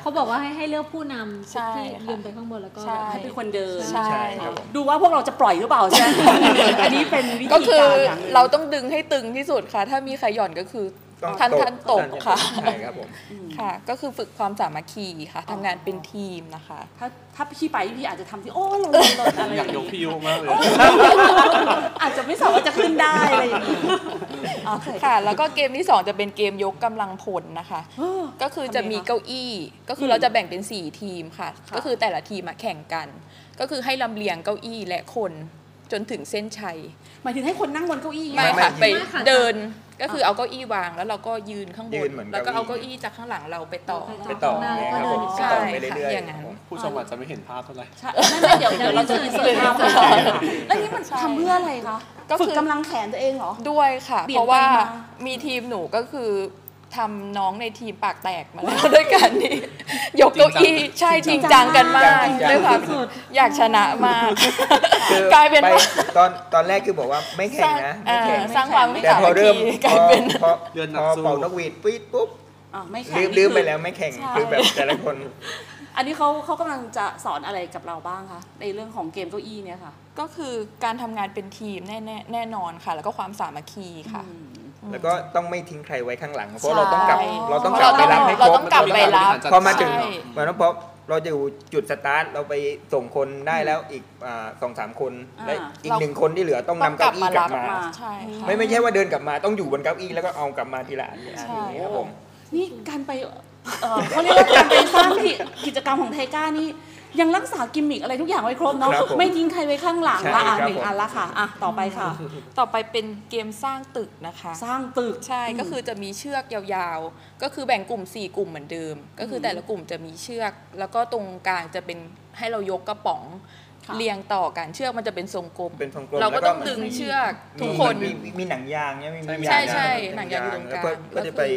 Speaker 3: เขาบอกว่าให้ให้เลือกผู้นำ
Speaker 4: ใช่
Speaker 3: ที่
Speaker 4: ค่ะ
Speaker 3: ยืมไปข้างบนแล้วก็
Speaker 4: ใช่
Speaker 1: ให้เป็นคนเดิน
Speaker 4: ใช่
Speaker 2: ใช่ครั
Speaker 4: ค่ะ
Speaker 2: บผม
Speaker 1: ดูว่าพวกเราจะปล่อยหรือเปล่าใช่ไหมอันนี้เป็นวิ
Speaker 4: ก็
Speaker 1: ธี
Speaker 4: คือ
Speaker 1: การอย่างหนึ่ง
Speaker 4: เราต้องดึงให้ตึงที่สุดค่ะ ถ้ามีใครหย่อนก็คือ
Speaker 2: ต้อง
Speaker 4: ท่าน
Speaker 2: ตก
Speaker 4: ท่านตก
Speaker 2: ท่าน
Speaker 4: ค่ะ
Speaker 2: ใช่ครับผม
Speaker 4: ค่ะ ก็คือฝึกความสามัคคีค่ะ
Speaker 1: อ๋อ
Speaker 4: ทำงานเป็นทีมนะคะ
Speaker 1: ถ้าถ้าพี่ไปพี่อาจจะทำที่โอ้ลงเลยลงอะไรอย
Speaker 5: อา
Speaker 1: ย่าก ง
Speaker 5: ยก
Speaker 1: นี้
Speaker 5: พี่ยุมากเลย
Speaker 1: อาจจะไม่สามารถจะขึ้นได้อะไรอย่างนี้โอเค
Speaker 4: ค่ะ แล้วก็เกมที่ 2 จะเป็นเกมยกกำลังพลนะคะ
Speaker 1: เออ
Speaker 4: ก็คือจะมีเก้าอี้ ก็คือ
Speaker 1: ม
Speaker 4: เราจะแบ่งเป็น 4 ทีมค่ะ
Speaker 1: ค่ะ
Speaker 4: ก็คือแต่ละทีมมาแข่งกัน ก็คือให้ลำเลียงเก้าอี้และคนจนถึงเส้นชัย
Speaker 1: หมายถึงให้คนนั่งบนเก้าอี้อย่าง
Speaker 4: ไม่
Speaker 1: เงี้ย
Speaker 2: ไม่
Speaker 4: ค่ะ
Speaker 2: ไม่
Speaker 4: ไปเดินก็คือเอาเก้าอี้วางแล้วเราก็ยืนข้างบ
Speaker 2: ยื
Speaker 4: น
Speaker 2: นเหมือน
Speaker 4: แล้วก็เอาเก้า
Speaker 2: เก้าอี้
Speaker 4: อี้จากข้างหลังเราไปต่อ
Speaker 2: ไปต่อ
Speaker 3: ข้างหน้า
Speaker 2: เนี่ย
Speaker 3: แล้ว
Speaker 2: ค
Speaker 3: ก็
Speaker 2: รับผมไปต่
Speaker 3: เดินอีกก้าว
Speaker 2: อไปเรื่อย
Speaker 4: ใช่
Speaker 2: ๆค
Speaker 4: ค่ะ
Speaker 2: รับผม
Speaker 5: ผู้ชมอาจจะไม่เห็นภาพเท่าไหร่
Speaker 1: ใช่ไม่ไม่เดี๋ยวเดี๋ยวเราจะเสิร์ฟภาพให้แล้วนี่มันทำเพื่ออะไรคะ
Speaker 4: ก็คือ
Speaker 1: ฝึกกำลังแขนตัวเองเหรอ
Speaker 4: ด้วยค่ะ
Speaker 1: เบี่ยง
Speaker 4: เพราะว่า
Speaker 1: ไปมา
Speaker 4: มีทีมหนูก็คือทำน้องในทีมปากแตกมาแล้ว ด้วยกันนี่ยกเก้าอี้ใช่จริงจังกันมาก
Speaker 2: จริงจัง
Speaker 4: ด้วยความอยากชนะมาก
Speaker 2: คือก
Speaker 4: ลายเป็น
Speaker 2: ไป
Speaker 4: ว่า
Speaker 2: ตอนตอนแรกคือบอกว่าไม่แข่
Speaker 4: ส
Speaker 2: ง
Speaker 4: ร้าง
Speaker 2: นะไม่
Speaker 4: อ่า
Speaker 2: แข่ง
Speaker 4: สร้างความไม่
Speaker 2: แต่
Speaker 4: สา
Speaker 2: พ
Speaker 4: มั
Speaker 2: อ
Speaker 4: ค
Speaker 2: เริ่
Speaker 4: คี
Speaker 2: มพ
Speaker 4: กลาย
Speaker 2: อ
Speaker 4: เป็น
Speaker 2: พอ
Speaker 5: เดือนนั
Speaker 2: พ
Speaker 5: ก
Speaker 2: อ
Speaker 5: สู้
Speaker 2: เป่านกหวีดปี๊ดปุ๊บ
Speaker 1: อ่ะไม่แข็ง
Speaker 2: ลืม
Speaker 1: นี่
Speaker 2: ลืม
Speaker 1: คือ
Speaker 2: ไปแล้วไม่แข่ง
Speaker 1: ใช่
Speaker 2: คือแบบแต่ละคน
Speaker 1: อันนี้เขาเขากำลังจะสอนอะไรกับเราบ้างคะในเรื่องของเกมเก้าอี้เนี่ยค่ะ
Speaker 4: ก็คือการทำงานเป็นทีมแน่ๆแน่นอนค่ะ แล้วก็ความสามัคคีค่ะ
Speaker 1: อืม
Speaker 2: แล้วก็ต้องไม่ทิ้งใครไว้ข้างหลัง เพ
Speaker 1: ใช่
Speaker 2: ราะเราต้องกลับเราต้องก
Speaker 4: เรา
Speaker 2: ลับ
Speaker 4: ต้
Speaker 2: ไปรับ
Speaker 4: อง
Speaker 2: ให้คร
Speaker 4: เรา
Speaker 2: บ
Speaker 4: ต้องกลับไปรับ
Speaker 2: พอมาถึง
Speaker 4: ใช่
Speaker 2: เหมือนว่าพอเราจะอยู่จุดสตาร์ทเราไปส่งคนได้แล้วอีกอ่าสองสามคนและ
Speaker 1: อ่า
Speaker 2: อีกหนึ่งคนที่เหลือต้อ
Speaker 4: ต้อ
Speaker 2: งำ
Speaker 4: นงก
Speaker 2: เก้า
Speaker 4: ลับ
Speaker 2: อี้
Speaker 4: มาก
Speaker 2: ลั
Speaker 4: รั
Speaker 2: บบ มา
Speaker 4: มาใช่ค่ะ
Speaker 2: ไม่ไม่ใช่ว่าเดินกลับมาต้องอยู่บนเก้าอี้แล้วก็เอากลับมาทีละอันทีละอัน
Speaker 4: ใช่
Speaker 2: อย่างนี้ครับผม
Speaker 1: นี่การไปเอ่อเขาเรียกว่าการไปสร้างกิกิจกรรมของไทก้านี่ยังรักษากิมมิกอะไรทุกอย่างไว้ครบเนาะ
Speaker 2: ครับผม
Speaker 1: ไม่ทิ้งใครไว้ข้างหลัง
Speaker 2: ใช่
Speaker 1: ละอ่ะ
Speaker 2: ครับ
Speaker 1: หนึ่ง
Speaker 2: ผม
Speaker 1: อันละค่ะอ่ะต่อไปค่ะ
Speaker 4: ต่อไปเป็นเกมสร้างตึกนะคะ
Speaker 1: สร้างตึก
Speaker 4: ใช่ก็คือจะมีเชือกยาวๆ ก็คือแบ่งกลุ่ม 4 กลุ่มเหมือนเดิม ก็คืออ
Speaker 1: ม
Speaker 4: แต่ละกลุ่มจะมีเชือก แล้วก็ตรงกลางจะเป็นให้เรายกกระป๋อง
Speaker 1: ค่ะ
Speaker 4: เรียงต่อกันเชือกมันจะเป็นทรงกลม
Speaker 2: เป็นทรงกลม
Speaker 4: เราก็
Speaker 2: แล้วก็
Speaker 4: ต้องดึงเชือกทุกคน
Speaker 2: มีมีมีหนังยางเนี่ยมี
Speaker 5: ใช่
Speaker 2: มี
Speaker 4: ใช่
Speaker 2: ยาง
Speaker 4: ใช่
Speaker 2: มี
Speaker 4: หนังยางอยู่ตรงกลาง
Speaker 2: แล้วก็
Speaker 4: แล้ว
Speaker 2: ก็จะไป
Speaker 4: คือ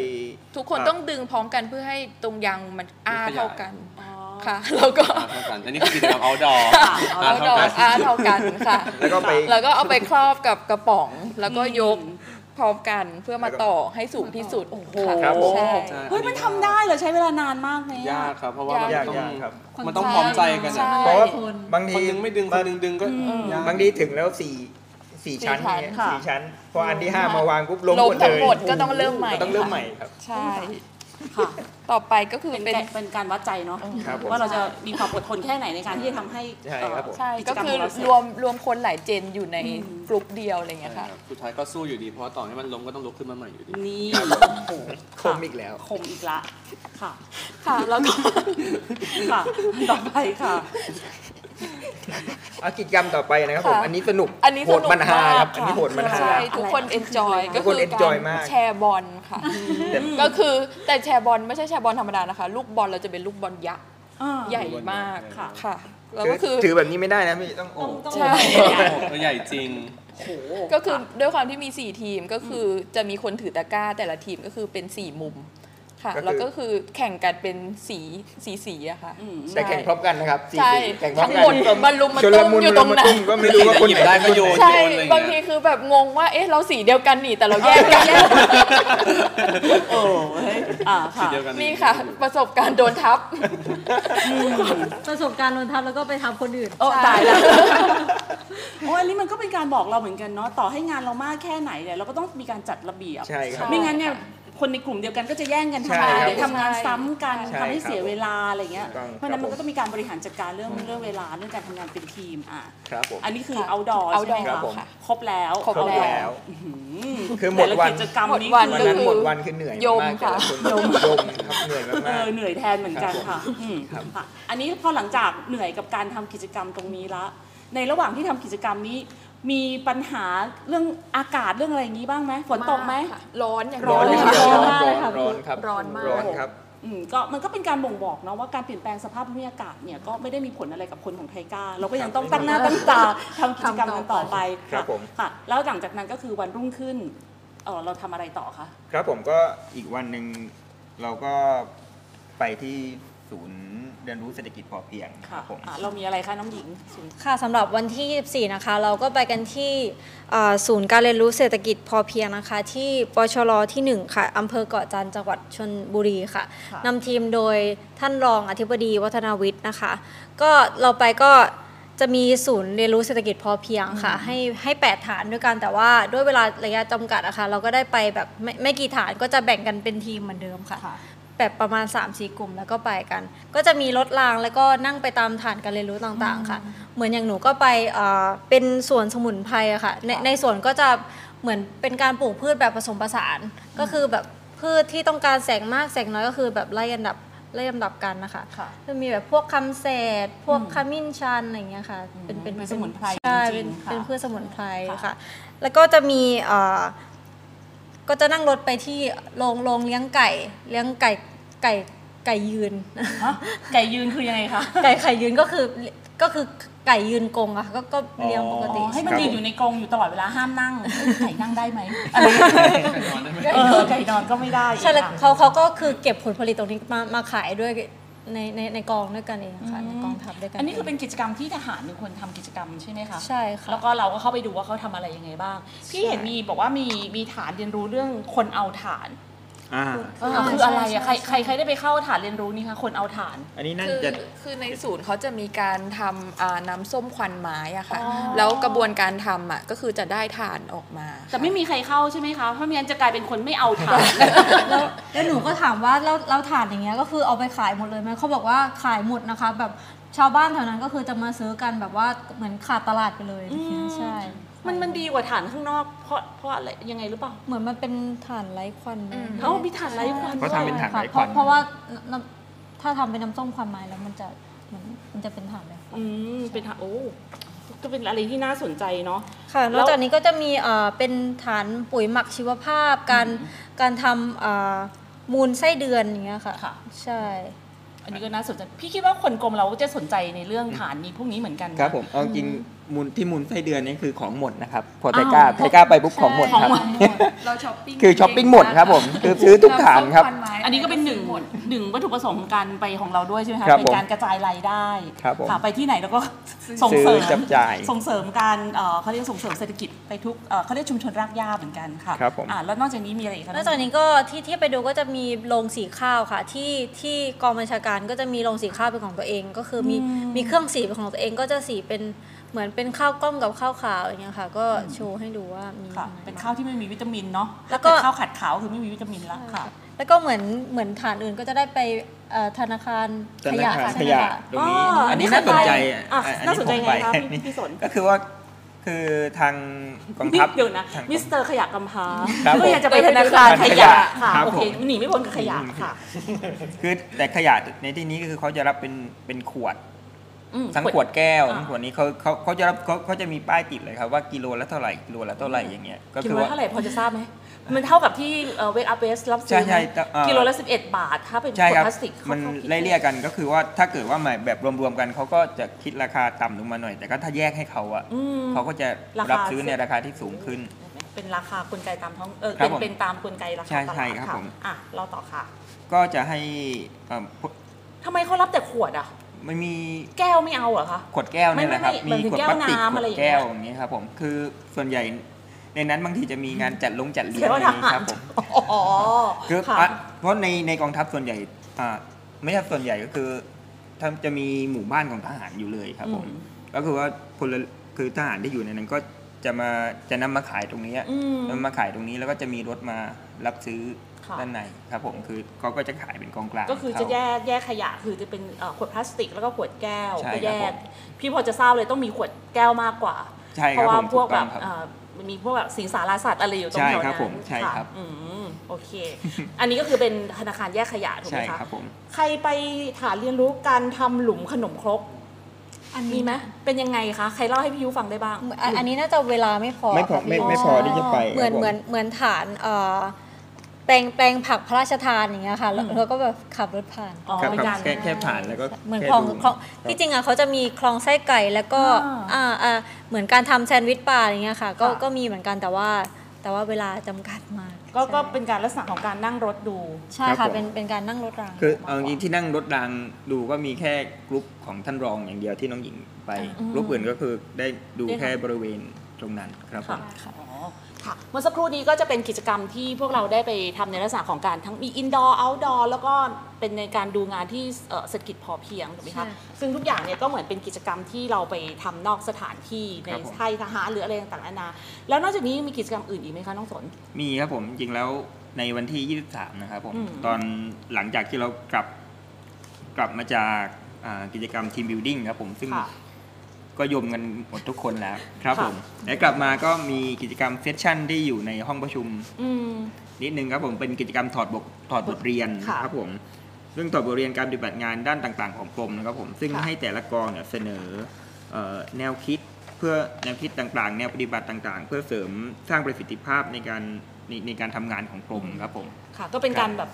Speaker 4: ทุกคน
Speaker 2: อ่า
Speaker 4: ต้องดึงพร้อมกันเพื่อให้ตรงยางมันอ้าเท่ากัน
Speaker 1: อ๋อ
Speaker 4: ค่ะ แล้วก็
Speaker 5: อ่าเท่ากันอันนี้คือกิจกรรม outdoor
Speaker 1: อ่า
Speaker 5: อ่า
Speaker 4: เอาด
Speaker 5: เท่า
Speaker 4: อก
Speaker 5: กัน
Speaker 4: อ้าเท่ากันค่ะ
Speaker 2: แล้วก็ไป
Speaker 4: แล้วก็เอาไปครอบกับกระป๋อง แล้วก็ยก
Speaker 1: อืม
Speaker 4: พร้อมกันเพื่อมาต่อให้สูงที่สุด
Speaker 1: โอ้โห
Speaker 4: ค่ะ
Speaker 2: ครับผม
Speaker 4: ใช่
Speaker 1: เฮ้ยมันทำได้เหรอใช้เวลานานมากไหมอะ
Speaker 5: ยากครับ เพราะว่ามัน
Speaker 2: ยาก
Speaker 5: ต้อง
Speaker 2: ยากครับ
Speaker 5: มันต้องพร้อมใจกัน
Speaker 4: ใช่
Speaker 5: อะ
Speaker 2: เพราะว่าบาง
Speaker 5: ค
Speaker 2: ที
Speaker 5: นนึงไม่ดึง ค
Speaker 2: บาน ง
Speaker 5: นึงดึงก็
Speaker 1: อืม
Speaker 5: ยาก
Speaker 2: บางทีถึงแล้วสี่สี่ชั้น
Speaker 4: สี่ชั้น
Speaker 2: เนี่ย
Speaker 1: ค่ะ
Speaker 2: สี่ชั้น พออันที่ห้ามาวางปุ๊บลง
Speaker 4: ล
Speaker 2: ห
Speaker 4: บ
Speaker 2: มดเล
Speaker 4: ทั้ง
Speaker 2: ย
Speaker 4: หมดก็ต้องเริ่มใหม่
Speaker 2: ก็ต้องเริ่มใหม่ค
Speaker 4: ค่ะ
Speaker 2: รับ
Speaker 4: ใช่
Speaker 1: ค่ะ
Speaker 4: ต่อไปก็คือ
Speaker 1: เป็น
Speaker 4: เป็น
Speaker 1: แกะเป็นการวัดใจเนาะ
Speaker 2: ครับผม
Speaker 1: ว่าเราจะมีความอดทนแค่ไหนในการที่จะทำให้
Speaker 2: ใช่ครับผม
Speaker 4: ใช่
Speaker 1: จ
Speaker 4: ก็
Speaker 1: รรม
Speaker 4: คือ
Speaker 1: ขงเาเสจ
Speaker 4: รวมรวมคนหลายเจนอยู่ใน
Speaker 1: อืม
Speaker 4: กลุ่มเดียวอะไรอย่างเงี้ย
Speaker 5: ใช่
Speaker 4: ค่ะ
Speaker 5: ครับสุดท้ายก็สู้อยู่ดี เพราะว่าต่อให้มันล้มก็ต้องลุกขึ้นมาใหม่อยู่ดี
Speaker 1: นี่
Speaker 2: คมอีกแล้ว
Speaker 1: คมอีกละค่ะ
Speaker 4: ค่ะ แล้วก็
Speaker 1: ค่ะต่อไปค่ะ
Speaker 2: เอากิจกรรมต่อไปนะครับผม
Speaker 4: ค่ะ
Speaker 2: อันนี้สนุก
Speaker 4: อันนี้
Speaker 2: โห
Speaker 4: ส
Speaker 2: ด
Speaker 4: นุก
Speaker 2: มันฮาม
Speaker 4: าก
Speaker 2: ครับอันนี้โหดมันฮา
Speaker 4: ใช่ ทุกคนเอนจอย
Speaker 1: ทุ
Speaker 4: ก็
Speaker 1: กคน
Speaker 4: คือ
Speaker 2: enjoy
Speaker 4: กาม
Speaker 2: าร ก
Speaker 4: แชร์บอลค่ะ
Speaker 2: แต่
Speaker 4: ก็คือแต่แชร์บอลไม่ใช่แชร์บอลธรรมดานะคะ ลูกบอลเราจะเป็นลูกบอลยักษ์
Speaker 1: อ่า
Speaker 4: ใหญ่มาก
Speaker 1: ค่ะ
Speaker 4: ค่ะ แล้วก็คือ
Speaker 2: ถือแบบนี้ไม่ได้นะพี่ต้องโอ้
Speaker 4: ใช่
Speaker 5: ตัวใหญ่จริง
Speaker 1: โอ้โห
Speaker 4: ก็คือด้วยความที่มี 4 ทีมก็คือจะมีคนถือตะกร้าแต่ละทีมก็คือเป็น 4 มุม ค่ะ
Speaker 2: ก็คือ
Speaker 4: แล้วก็คือแข่งกันเป็นสีสีสีอะค่ะ
Speaker 1: อืม
Speaker 4: ใช่
Speaker 2: แต่แข่งพร้อมกันนะครับสี่
Speaker 4: ใช่
Speaker 2: สีแข่งพร้อ
Speaker 4: ทั้
Speaker 2: มกัน
Speaker 4: งหมดบรรลุมมา
Speaker 2: ชน
Speaker 4: ตุ้
Speaker 2: ละ
Speaker 4: ม
Speaker 2: มุน
Speaker 4: อยู่ตรง
Speaker 2: ละ
Speaker 4: นั้น
Speaker 2: มุก็ไม่รู้ว่าคนไหน
Speaker 5: ได้ก็โยน
Speaker 4: ใช่
Speaker 5: โยนอะไรอย่
Speaker 4: บาง
Speaker 5: เย
Speaker 4: ทีคือแบบงงว่า เอ๊ะ เราสีเดียวกันนี่แต่เราแยกกัน
Speaker 1: โอ้เฮ้ยอ่าค่ะ
Speaker 5: เดียวกัน
Speaker 4: นี่ค่ะ ประสบการณ์โดนทับ
Speaker 3: ประสบการณ์โดนทับแล้วก็ไปทับคนอื่น
Speaker 1: โอ้ตายแล้ว โอ้อันนี้มันก็เป็นการบอกเราเหมือนกันเนาะต่อให้งานเรามากแค่ไหนเนี่ยเราก็ต้องมีการจัดระเบียบ
Speaker 2: ใช่ครับ
Speaker 1: ไม่งั้นเนี่ยคนในกลุ่มเดียวกันก็จะแย่งกันทำ
Speaker 2: ใช่
Speaker 1: งาน
Speaker 2: ครับ
Speaker 1: เดี๋ยวทำงาน
Speaker 4: ใช่
Speaker 1: ซ้ำกัน
Speaker 2: ใช่
Speaker 1: ทำให้เสียเวลาอะไรเงี้ย
Speaker 2: ถูกต้อง
Speaker 1: เพราะฉะนั้นมัน
Speaker 2: ค
Speaker 1: ก็
Speaker 2: รับผม
Speaker 1: ต้องมีการบริหารจัดการเรื่องเรื่องเวลาเรื่องการทำงานเป็นทีมอ่ะ
Speaker 2: ครับผม
Speaker 1: อันนี้คือ outdoor ใช่ไหม
Speaker 4: outdoor
Speaker 1: คะ
Speaker 2: รับผม
Speaker 4: ค่ะ
Speaker 1: ครบแล้ว
Speaker 4: ครบ
Speaker 2: ครบ
Speaker 4: แล้
Speaker 2: แล้ว ว
Speaker 1: อืม
Speaker 2: คือหมด
Speaker 1: แต่
Speaker 2: วัน
Speaker 1: ละกิจกรรมนี้
Speaker 4: หม
Speaker 2: วั
Speaker 4: ดวัน
Speaker 2: น
Speaker 1: คือ
Speaker 2: นั้น
Speaker 4: ก็คือ
Speaker 2: หมดวันคือเหนื่อย
Speaker 4: ยม
Speaker 2: มากแต่
Speaker 4: ค่ะ
Speaker 2: ละคนยมครับเหนื่อย
Speaker 1: เอ
Speaker 2: มาก
Speaker 1: อเหนื่อยแทนเหมือนกันค่ะอืม
Speaker 2: ครับ
Speaker 1: ค่ะ อันนี้พอหลังจากเหนื่อยกับการทำกิจกรรมตรงนี้ละ ในระหว่างที่ทำกิจกรรมนี้ มีปัญหาเรื่องอากาศเรื่องอะไรอย่างนี้บ้างไหมฝนตกไหม
Speaker 4: ค่ะร้อนอย่าง
Speaker 2: ๆร้อน
Speaker 4: เดียว
Speaker 2: ครับ
Speaker 3: ร้
Speaker 2: ร้
Speaker 3: อ
Speaker 2: อน น
Speaker 3: มาก
Speaker 2: ร้อนค
Speaker 3: ค่ะ
Speaker 2: รับ
Speaker 4: ร้อนมาก
Speaker 2: ร้อนครับ
Speaker 1: อืมก็มันก็เป็นการบ่งบอกเนาะว่าการเปลี่ยนแปลงสภาพภูมิอากาศเนี่ยก็ไม่ได้มีผลอะไรกับคนของไทก้า เราก็ยังต้องตั้งหน้าตั้งตาทำกิจกรรมกันต่อไป
Speaker 2: ครั
Speaker 1: ค่ะ
Speaker 2: บผม
Speaker 1: ค่ะ แล้วหลังจากนั้นก็คือวันรุ่งขึ้นเออเราทำอะไรต่อคะ
Speaker 2: ครับผมก็อีกวันหนึ่งเราก็ไปที่ศูนย์เรียนรู้เศรษฐกิจพอเพียงค
Speaker 1: ค่ะ
Speaker 2: รับผม
Speaker 1: อ่ะเรามีอะไรคะน้องหญิง
Speaker 3: ค่ะสำหรับวันที่ 24 นะคะ เราก็ไปกันที่เอ่อศูนย์การเรียนรู้เศรษฐกิจพอเพียงนะคะ ที่ปชรทีหนึ่1 ค่ะอำเภอเกาะจันทร์จังหวัดชนบุรีค่ะ
Speaker 1: ค่ะ
Speaker 3: นำทีมโดยท่านรองอธิบดีวัฒนาวิทย์นะคะ ก็เราไปก็จะมีศูนย์เรียนรู้เศรษฐกิจพอเพียงค่ะ ให้ให้แปดฐานด้วยกันแต่ว่าด้วยเวลาระยะจำกัดนะคะเราก็ได้ไปแบบไม่ไม่กี่ฐานก็จะแบ่งกันเป็นทีมเหมือนเดิมค่ะ แบบประมาณ 3 4 กลุ่มแล้วก็ไปกัน ก็จะมีรถรางแล้วก็นั่งไปตามฐานการเรียนรู้ต่างๆ ค่ะ เหมือนอย่างหนูก็ไปเอ่อเป็นสวนสมุนไพรอะค่ะในในสวนก็จะเหมือนเป็นการปลูกพืชแบบผสมผสาน ก็คือแบบพืชที่ต้องการแสงมากแสงน้อยก็คือแบบไล่ลำดับไล่ลำดับกันนะคะ
Speaker 1: ค่ะ
Speaker 3: จะมีแบบพวกคำเศษพวก
Speaker 1: อืม
Speaker 3: ขมิ้นชันอะไรอย่างเงี้ยค่ะเป็นเป็น
Speaker 1: เป็นสมุนไพร
Speaker 3: ใช่
Speaker 1: จริงๆ
Speaker 3: เป็น
Speaker 1: ค่ะ
Speaker 3: เป็นพืชสมุนไพร
Speaker 1: ค่ะ
Speaker 3: ค่ะ แล้วก็จะมีเอ่อ ก็จะนั่งรถไปที่โรงโรงเลี้ยงไก่เลี้ยงไก่ไก่ไก่ยืน
Speaker 1: ฮะไก่ยืนคือยังไง คะ
Speaker 3: ไก่ไข่ยืนก็คือก็คือไก่ยืนกรงอะค่ะก็ก็เลี้ยงปก
Speaker 1: อ๋
Speaker 3: ติ
Speaker 1: อให้มัน
Speaker 2: ครับ
Speaker 1: ยืนอยู่ในกรงอยู่ตลอดเวลาห้ามนั่งไก่นั่งได้ ไหมอะไรอย่างเงี้ยเออไก่นอนก็ไม่ได้
Speaker 3: ใช่แล้ว
Speaker 1: อ่ะ
Speaker 3: เขาเขาก็คือเก็บผลผลิตตรงนี้มามาขายด้วยในในในกองด้วยกันเองค่ะ
Speaker 1: อืม
Speaker 3: ในกองทัพด้วยกัน
Speaker 1: อันนี้คือเป็นกิจกรรมที่ทหารเป็นคนทำกิจกรรมใช่ไหมคะ
Speaker 3: ใช่ค่ะ
Speaker 1: แล้วก็เราก็เข้าไปดูว่าเขาทำอะไรยังไงบ้าง พี่
Speaker 3: ใช่
Speaker 1: เห็นมีบอกว่ามีมีฐานเรียนรู้เรื่องคนเอาฐาน
Speaker 2: อ่า
Speaker 1: เออคืออะไรอะใครใครใครได้ไปเข้าฐานเรียนรู้นี่คะคนเอาฐาน
Speaker 2: อันนี้น่า
Speaker 4: คือ
Speaker 2: จะ
Speaker 4: คือในศูนย์เขาจะมีการทำอ่าน้ำส้มควันไม้อะค่ะ
Speaker 1: อ๋อ
Speaker 4: แล้วกระบวนการทำอะก็คือจะได้ฐานออกมาค่ะ
Speaker 1: แต่ไม่มีใครเข้าใช่ไหมคะเพราะไมีอันจะกลายเป็นคนไม่เอาฐาน
Speaker 3: แล้วแล้วหนูก็ถามว่าแล้วแล้วถ่านอย่างเงี้ยก็คือเอาไปขายหมดเลยไหมเขาบอกว่าขายหมดนะคะ แบบชาวบ้านแถวนั้นก็คือจะมาซื้อกันแบบว่าเหมือนขาดตลาดไปเลย
Speaker 1: อืม
Speaker 3: ใช่
Speaker 1: มันมันดีกว่าฐานข้างนอกเพราะเพราะอะไรยังไงหรือเปล่า
Speaker 3: เหมือนมันเป็นถ่านไร้ควันไหม
Speaker 4: อืม
Speaker 1: เขามีฐานไร้ควัน
Speaker 2: เขาทำเป็นฐาน ไร้ควั
Speaker 3: เพราะเพราะว่าน้ำถ้าทำเป็นน้ำส้มความหมายแล้วมันจะเหมือนมันจะเป็นถ่านเลย
Speaker 1: อืมเป็นฐานโอ้ก็เป็นอะไรที่น่าสนใจเนาะ
Speaker 3: ค่ะ
Speaker 1: แล้
Speaker 3: น
Speaker 1: ว
Speaker 3: อกจากนี้ก็จะมีเอ่อเป็นฐานปุ๋ยหมักชีวภาพ การการทำเอ่อมูลไส้เดือนอย่างเงี้ยค่ะ
Speaker 1: ค่ะ
Speaker 3: ใช่
Speaker 1: อันนี้ก็น่าสนใจพี่คิดว่าคนกรมเราก็จะสนใจในเรื่องฐานนี้พวกนี้เหมือนกันนะ
Speaker 2: ครับผมเอาจริงมูลที่มูลไส้เดือนนี่คือของหมดนะครับ พอไท
Speaker 1: อ้าว
Speaker 2: ก้าไทก้าไปปุ๊บของหมดครับ
Speaker 4: เราช้อปปิ้ง
Speaker 2: คือช้อปปิ้งหมดครับผมคือซื้อทุกฐานครับ
Speaker 1: อันนี้ก็เป็นหนึ่งหนึ่งวัตถุประสงค์ของการไปของเราด้วยใช่ไหมคะ
Speaker 2: ครับ
Speaker 1: เป็นการกระจายรายได้
Speaker 2: ครับผม
Speaker 1: ะไปที่ไหนเราก็ ส่งเสริม
Speaker 2: ซื้อจับจ่าย
Speaker 1: ส่งเสริมการเอ่อเขาเรียกส่งเสริมเศรษฐกิจไปทุกเอ่อเขาเรียกชุมชนรากหญ้าเหมือนกันค่ะ
Speaker 2: ครับผม
Speaker 1: อ่ะแล้วนอกจากนี้มีอะไรอีกคะ
Speaker 3: นอกจากนี้ก็ที่ที่ไปดูก็จะมีโรงสีข้าวค่ะ ที่ที่กองบัญชาการก็จะมีโรงสีข้าวเป็นของตัวเอง ก็คือมี
Speaker 1: อืม
Speaker 3: มีเครื่องสีเป็นของตัวเองก็จะสีเป็นเหมือนเป็นข้าวกล้องกับข้าวขาวอย่างเงี้ยค่ะ ก็โชว์ให้ดูว่ามี
Speaker 1: ค่ะ
Speaker 3: อะไร
Speaker 1: เป็น
Speaker 3: บ้าง
Speaker 1: ข้าวที่ไม่มีวิตามินเนาะ
Speaker 3: แล้
Speaker 1: แล้ว ว
Speaker 3: ก็
Speaker 1: ก็ข้าวขัดขาวคือไม่มีวิตามินละค่ะ
Speaker 3: แล้วก็เหมือนเหมือนฐานอื่นก็จะได้ไปเอ่อธนาคาร
Speaker 2: ธนาย
Speaker 3: ขะ
Speaker 2: คารข
Speaker 3: ใช่ไหม
Speaker 2: ยะ
Speaker 3: คะ
Speaker 2: ตรงนี้
Speaker 1: อ๋ออั
Speaker 2: อั
Speaker 1: น
Speaker 2: น
Speaker 1: นี้
Speaker 2: นี้น่าสนใจ
Speaker 1: อ่ะ
Speaker 2: อ่ะ
Speaker 1: น่าสนใจ
Speaker 2: ผม
Speaker 1: ไง
Speaker 2: ป
Speaker 1: คะพี่พี่สน
Speaker 2: ก็คือว่าคือทางกองทัพ
Speaker 1: เดี๋ยวนะ
Speaker 2: ทางกองทัพ
Speaker 1: มิสเตอร์ขยะกำพร้า
Speaker 2: ครับ
Speaker 1: ก็อยากจะไปธนาคารข
Speaker 2: ข
Speaker 1: ยะ
Speaker 2: ยะ
Speaker 1: ค่ะ
Speaker 2: ครับ
Speaker 1: โอเค
Speaker 2: ผม
Speaker 1: หนีไม่พ้นกับขยะค่ะ
Speaker 2: คือแต่ขยะในที่นี้ก็คือเขาจะรับเป็นเป็นขวด
Speaker 1: อืม
Speaker 2: ทั้งขวดแก้ว
Speaker 1: อ่า
Speaker 2: ทั้งขวดนี้เขาเขาเขาจะรับเขาเขาจะมีป้ายติดเลยครับว่ากิโลละเท่าไหร่กิโลละเท่าไหร่อย่างเงี้ยก็
Speaker 1: กิ
Speaker 2: คื
Speaker 1: โล
Speaker 2: อ
Speaker 1: ละ
Speaker 2: ว่า
Speaker 1: เท่าไหร่พอจะทราบไหม มันเท่ากับที่เวกอัพเวสรับซื้
Speaker 2: ใช่
Speaker 1: อไห
Speaker 2: ใช่
Speaker 1: ม
Speaker 2: เอ่อ
Speaker 1: กิโลละ 11 บาท ถ้าเป็นข
Speaker 2: ใช่
Speaker 1: วด
Speaker 2: ครับ
Speaker 1: พลาสติกเขา
Speaker 2: มัน
Speaker 1: เขาคิด
Speaker 2: ไล่เลี่ยกันก็คือว่าถ้าเกิดว่าหมายแบบรวมๆกันเขาก็จะคิดราคาต่ำลงมาหน่อย แต่ก็ถ้าแยกให้เขาอะ
Speaker 1: อืม
Speaker 2: เขาก็จะ
Speaker 1: ราคารั
Speaker 2: รับซื้อในราคาที่สูงขึ้น
Speaker 1: เป็นราคากลไกตามท้องเออ
Speaker 2: ครั
Speaker 1: เป็
Speaker 2: บ
Speaker 1: น
Speaker 2: ผม
Speaker 1: เป็นตามกลไกรา
Speaker 2: ใช่
Speaker 1: คาต
Speaker 2: ใช่
Speaker 1: ลาด
Speaker 2: ครับ
Speaker 1: ค่ะ
Speaker 2: ผม
Speaker 1: อ่ะเราต่อค่ะ
Speaker 2: ก็จะให้เอ่อพวก
Speaker 1: ทำไมเขารับแต่ขวดอ่ะ
Speaker 2: ไม่มี
Speaker 1: แก้วไม่เอาเหรอคะ
Speaker 2: ขวดแก้วเนี่ยแหละครับ
Speaker 1: ไม่
Speaker 2: มี
Speaker 1: ไม่ไม่
Speaker 2: ขวดพลาส
Speaker 1: เหมือนถึง
Speaker 2: ติกข
Speaker 1: แก้วน้ำ
Speaker 2: ว
Speaker 1: อะไรอ
Speaker 2: ด
Speaker 1: ย่างเงี้ย
Speaker 2: แก้วอย่างนี้ยครับผม คือส่วนใหญ่ในนั้นบางทีจะมีงานจัดลงจัดเลี้ยง
Speaker 1: เสว
Speaker 2: อะไร
Speaker 1: นา
Speaker 2: นี้ครับผม
Speaker 1: อ๋อ
Speaker 2: คือ
Speaker 1: ค่ะ
Speaker 2: อ่ะเพราะในในกองทัพส่วนใหญ่อ่าไม่ใช่ส่วนใหญ่ก็คือถ้าจะมีหมู่บ้านของทหารอยู่เลยครับผม
Speaker 1: อืม
Speaker 2: ก็คือว่าพลคือทหารที่อยู่ในนั้นก็จะมาจะนำมาขายตรงเนี้ย
Speaker 1: อืม
Speaker 2: นำมาขายตรงนี้แล้วก็จะมีรถมารับซื้อ
Speaker 1: ค่ะ
Speaker 2: ด้านในครับผม คือเขาก็จะขายเป็นกองกลาง
Speaker 1: ก็คือ
Speaker 2: เขา
Speaker 1: จะแยกแยกขยะคือจะเป็นเอ่อขวดพลาสติกแล้วก็ขวดแก้ว
Speaker 2: ใช่
Speaker 1: ก็
Speaker 2: ค
Speaker 1: แย
Speaker 2: รับ
Speaker 1: ก
Speaker 2: ผม
Speaker 1: พี่พอจะทราบเลยต้องมีขวดแก้วมากกว่า
Speaker 2: ใช่
Speaker 1: เพ
Speaker 2: ครับ
Speaker 1: ราะว่า
Speaker 2: ผม
Speaker 1: พวก
Speaker 2: ถู
Speaker 1: แบ
Speaker 2: ต้อง
Speaker 1: บ
Speaker 2: ครับ
Speaker 1: เอ่อมีพวกแบบสิงสารสัตว์อะไรอยู่ตรงแถวนั้น
Speaker 2: ใช่ครับผมใช่
Speaker 1: ะ
Speaker 2: ครับ
Speaker 1: อืมโอเค อันนี้ก็คือเป็นธนาคารแยกขยะถูกไห
Speaker 2: ใช่
Speaker 1: มคะ
Speaker 2: ครับผม
Speaker 1: ใครไปฐานเรียนรู้การทำหลุมขนมครกมีไหมเป็นยังไงคะใครเล่าให้พี่ยูฟังได้บ้าง
Speaker 3: อันอันนี้น่าจะเวลาไม่พอ
Speaker 2: ไม่พอ
Speaker 3: ค่ะพี่
Speaker 2: ไม่ไม่พอที่จะไป
Speaker 3: เหมือน
Speaker 2: ครับผ
Speaker 3: เหมือนเหมือนฐานเอ่อแปลงแปลงผักพระราชทานอย่างเงี้ยค่ะแล้ว
Speaker 1: อืม
Speaker 3: แล้วก็แบบขับรถผ่าน
Speaker 1: อ๋อ
Speaker 2: ครับ
Speaker 1: เป็น
Speaker 2: ครับ
Speaker 1: การ
Speaker 2: แค่แค่ผ่านแล้วก็
Speaker 3: เหมือน
Speaker 2: แค่
Speaker 3: คลอง
Speaker 2: ดู
Speaker 3: คลอง
Speaker 2: ครับ
Speaker 3: ที่จริงอ่ะเขาจะมีคลองไส้ไก่แล้วก็
Speaker 1: อ่า
Speaker 3: อ่าอ่าเหมือนการทำแซนด์วิชปลาอะไรเงี้ยค่ะก็
Speaker 1: ค่ะ
Speaker 3: ก็มีเหมือนกันแต่ว่าแต่ว่าเวลาจำกัดมาก
Speaker 1: ก็ก็
Speaker 3: ใช่
Speaker 1: เป็นการลักษณะของการนั่งรถดู
Speaker 3: ใช่
Speaker 2: ครั
Speaker 3: ค่ะ
Speaker 2: บผม
Speaker 3: เป็นเป็นการนั่งรถราง
Speaker 2: คือเอาจริงๆที่นั่งรถรางดูก็มีแค่กรุ๊ปของท่านรองอย่างเดียวที่น้องหญิงไป
Speaker 1: อืม
Speaker 2: กรุ๊ปอื่นก็คือได้ดู
Speaker 1: ได้ค่ะ
Speaker 2: แค่บริเวณตรงนั้นครับผม
Speaker 1: อ๋อค่ะเมื่อสักครู่นี้ก็จะเป็นกิจกรรมที่พวกเราได้ไปทำในลักษณะของการทั้งมีอินดอร์เอาท์ดอร์แล้วก็เป็นในการดูงานที่เอ่อเศรษฐกิจพอเพียงถูกไหม
Speaker 3: ใช่
Speaker 1: คะ
Speaker 3: ค่ะ
Speaker 1: ซึ่งทุกอย่างเนี่ยก็เหมือนเป็นกิจกรรมที่เราไปทำนอกสถานที่ใน
Speaker 2: ครับผม
Speaker 1: ค่ายทหารหรืออะไรต่างๆนานาแล้วนอกจากนี้มีกิจกรรมอื่นอีกไหมคะน้องสน
Speaker 2: มีครับผมจริงแล้วในวันที่ 23 นะครับผม
Speaker 1: อืม
Speaker 2: ตอนหลังจากที่เรากลับกลับมาจากอ่ากิจกรรมทีมบิวดิ้งครับผมซึ่ง
Speaker 1: ค่ะ
Speaker 2: ก็ยมกันหมดทุกคนแล้วครับ
Speaker 1: ค่ะ
Speaker 2: ผมและกลับมาก็มีกิจกรรมเซสชั่นที่อยู่ในห้องประชุม
Speaker 1: อืม
Speaker 2: นิดนึงครับผมเป็นกิจกรรมถอดบทถอดบทเรียน
Speaker 1: ค่ะ
Speaker 2: ครับผมซึ่งถอดบทเรียนการปฏิบัติงานด้านต่างๆ ของกรมนะครับผมซึ่ง
Speaker 1: ค่ะ
Speaker 2: ให้แต่ละกองเนี่ยเสนอเอ่อแนวคิดเพื่อแนวคิดต่างๆ แนวปฏิบัติต่างๆ เพื่อเสริมสร้างประสิทธิภาพในการในในการทำงานของกรมครับผม
Speaker 1: ค่ะ ก็เป็นการแบบ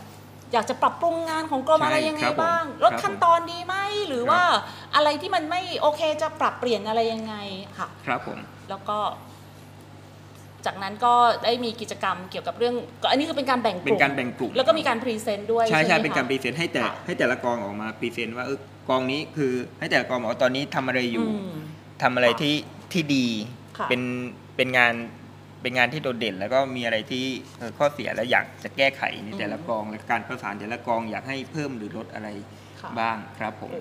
Speaker 1: อยากจะปรับปรุงงานของกรม
Speaker 2: ใช่
Speaker 1: อะไรยังไง
Speaker 2: ครับผม
Speaker 1: บ้าง ลด
Speaker 2: ครับผม
Speaker 1: ขั้นตอนดีไหมหรือ
Speaker 2: ครับ
Speaker 1: ว่าอะไรที่มันไม่โอเคจะปรับเปลี่ยนอะไรยังไงค่ะ
Speaker 2: ครับผม
Speaker 1: แล้วก็ จากนั้นก็ได้มีกิจกรรมเกี่ยวกับเรื่องก็อันนี้คือเป็นการแบ่งกลุ่ม
Speaker 2: เป็นการแบ่งกลุ่ม
Speaker 1: แล้วก็มีการพรีเซนต์ด้วย
Speaker 2: ใช่
Speaker 1: ไห
Speaker 2: ใช่
Speaker 1: มคะ
Speaker 2: เป็นการพรีเซนต์ให้แต่
Speaker 1: ค่ะ
Speaker 2: ให้แต่ละกองออกมาพรีเซนต์ว่าเออกองนี้คือให้แต่ละกองบอกว่าตอนนี้ทำอะไรอยู่
Speaker 1: ม
Speaker 2: ทำอะไรที่ที่ดี
Speaker 1: ค่ะ
Speaker 2: เป็นเป็นงานเป็นงานที่โดดเด่น แล้วก็มีอะไรที่เอ่อข้อเสียแล้วอยากจะแก้ไขในแต่ละกอง และการประสานแต่ละกองอยากให้เพิ่มหรือลดอะไร
Speaker 1: ค่ะ
Speaker 2: บ้างครับผม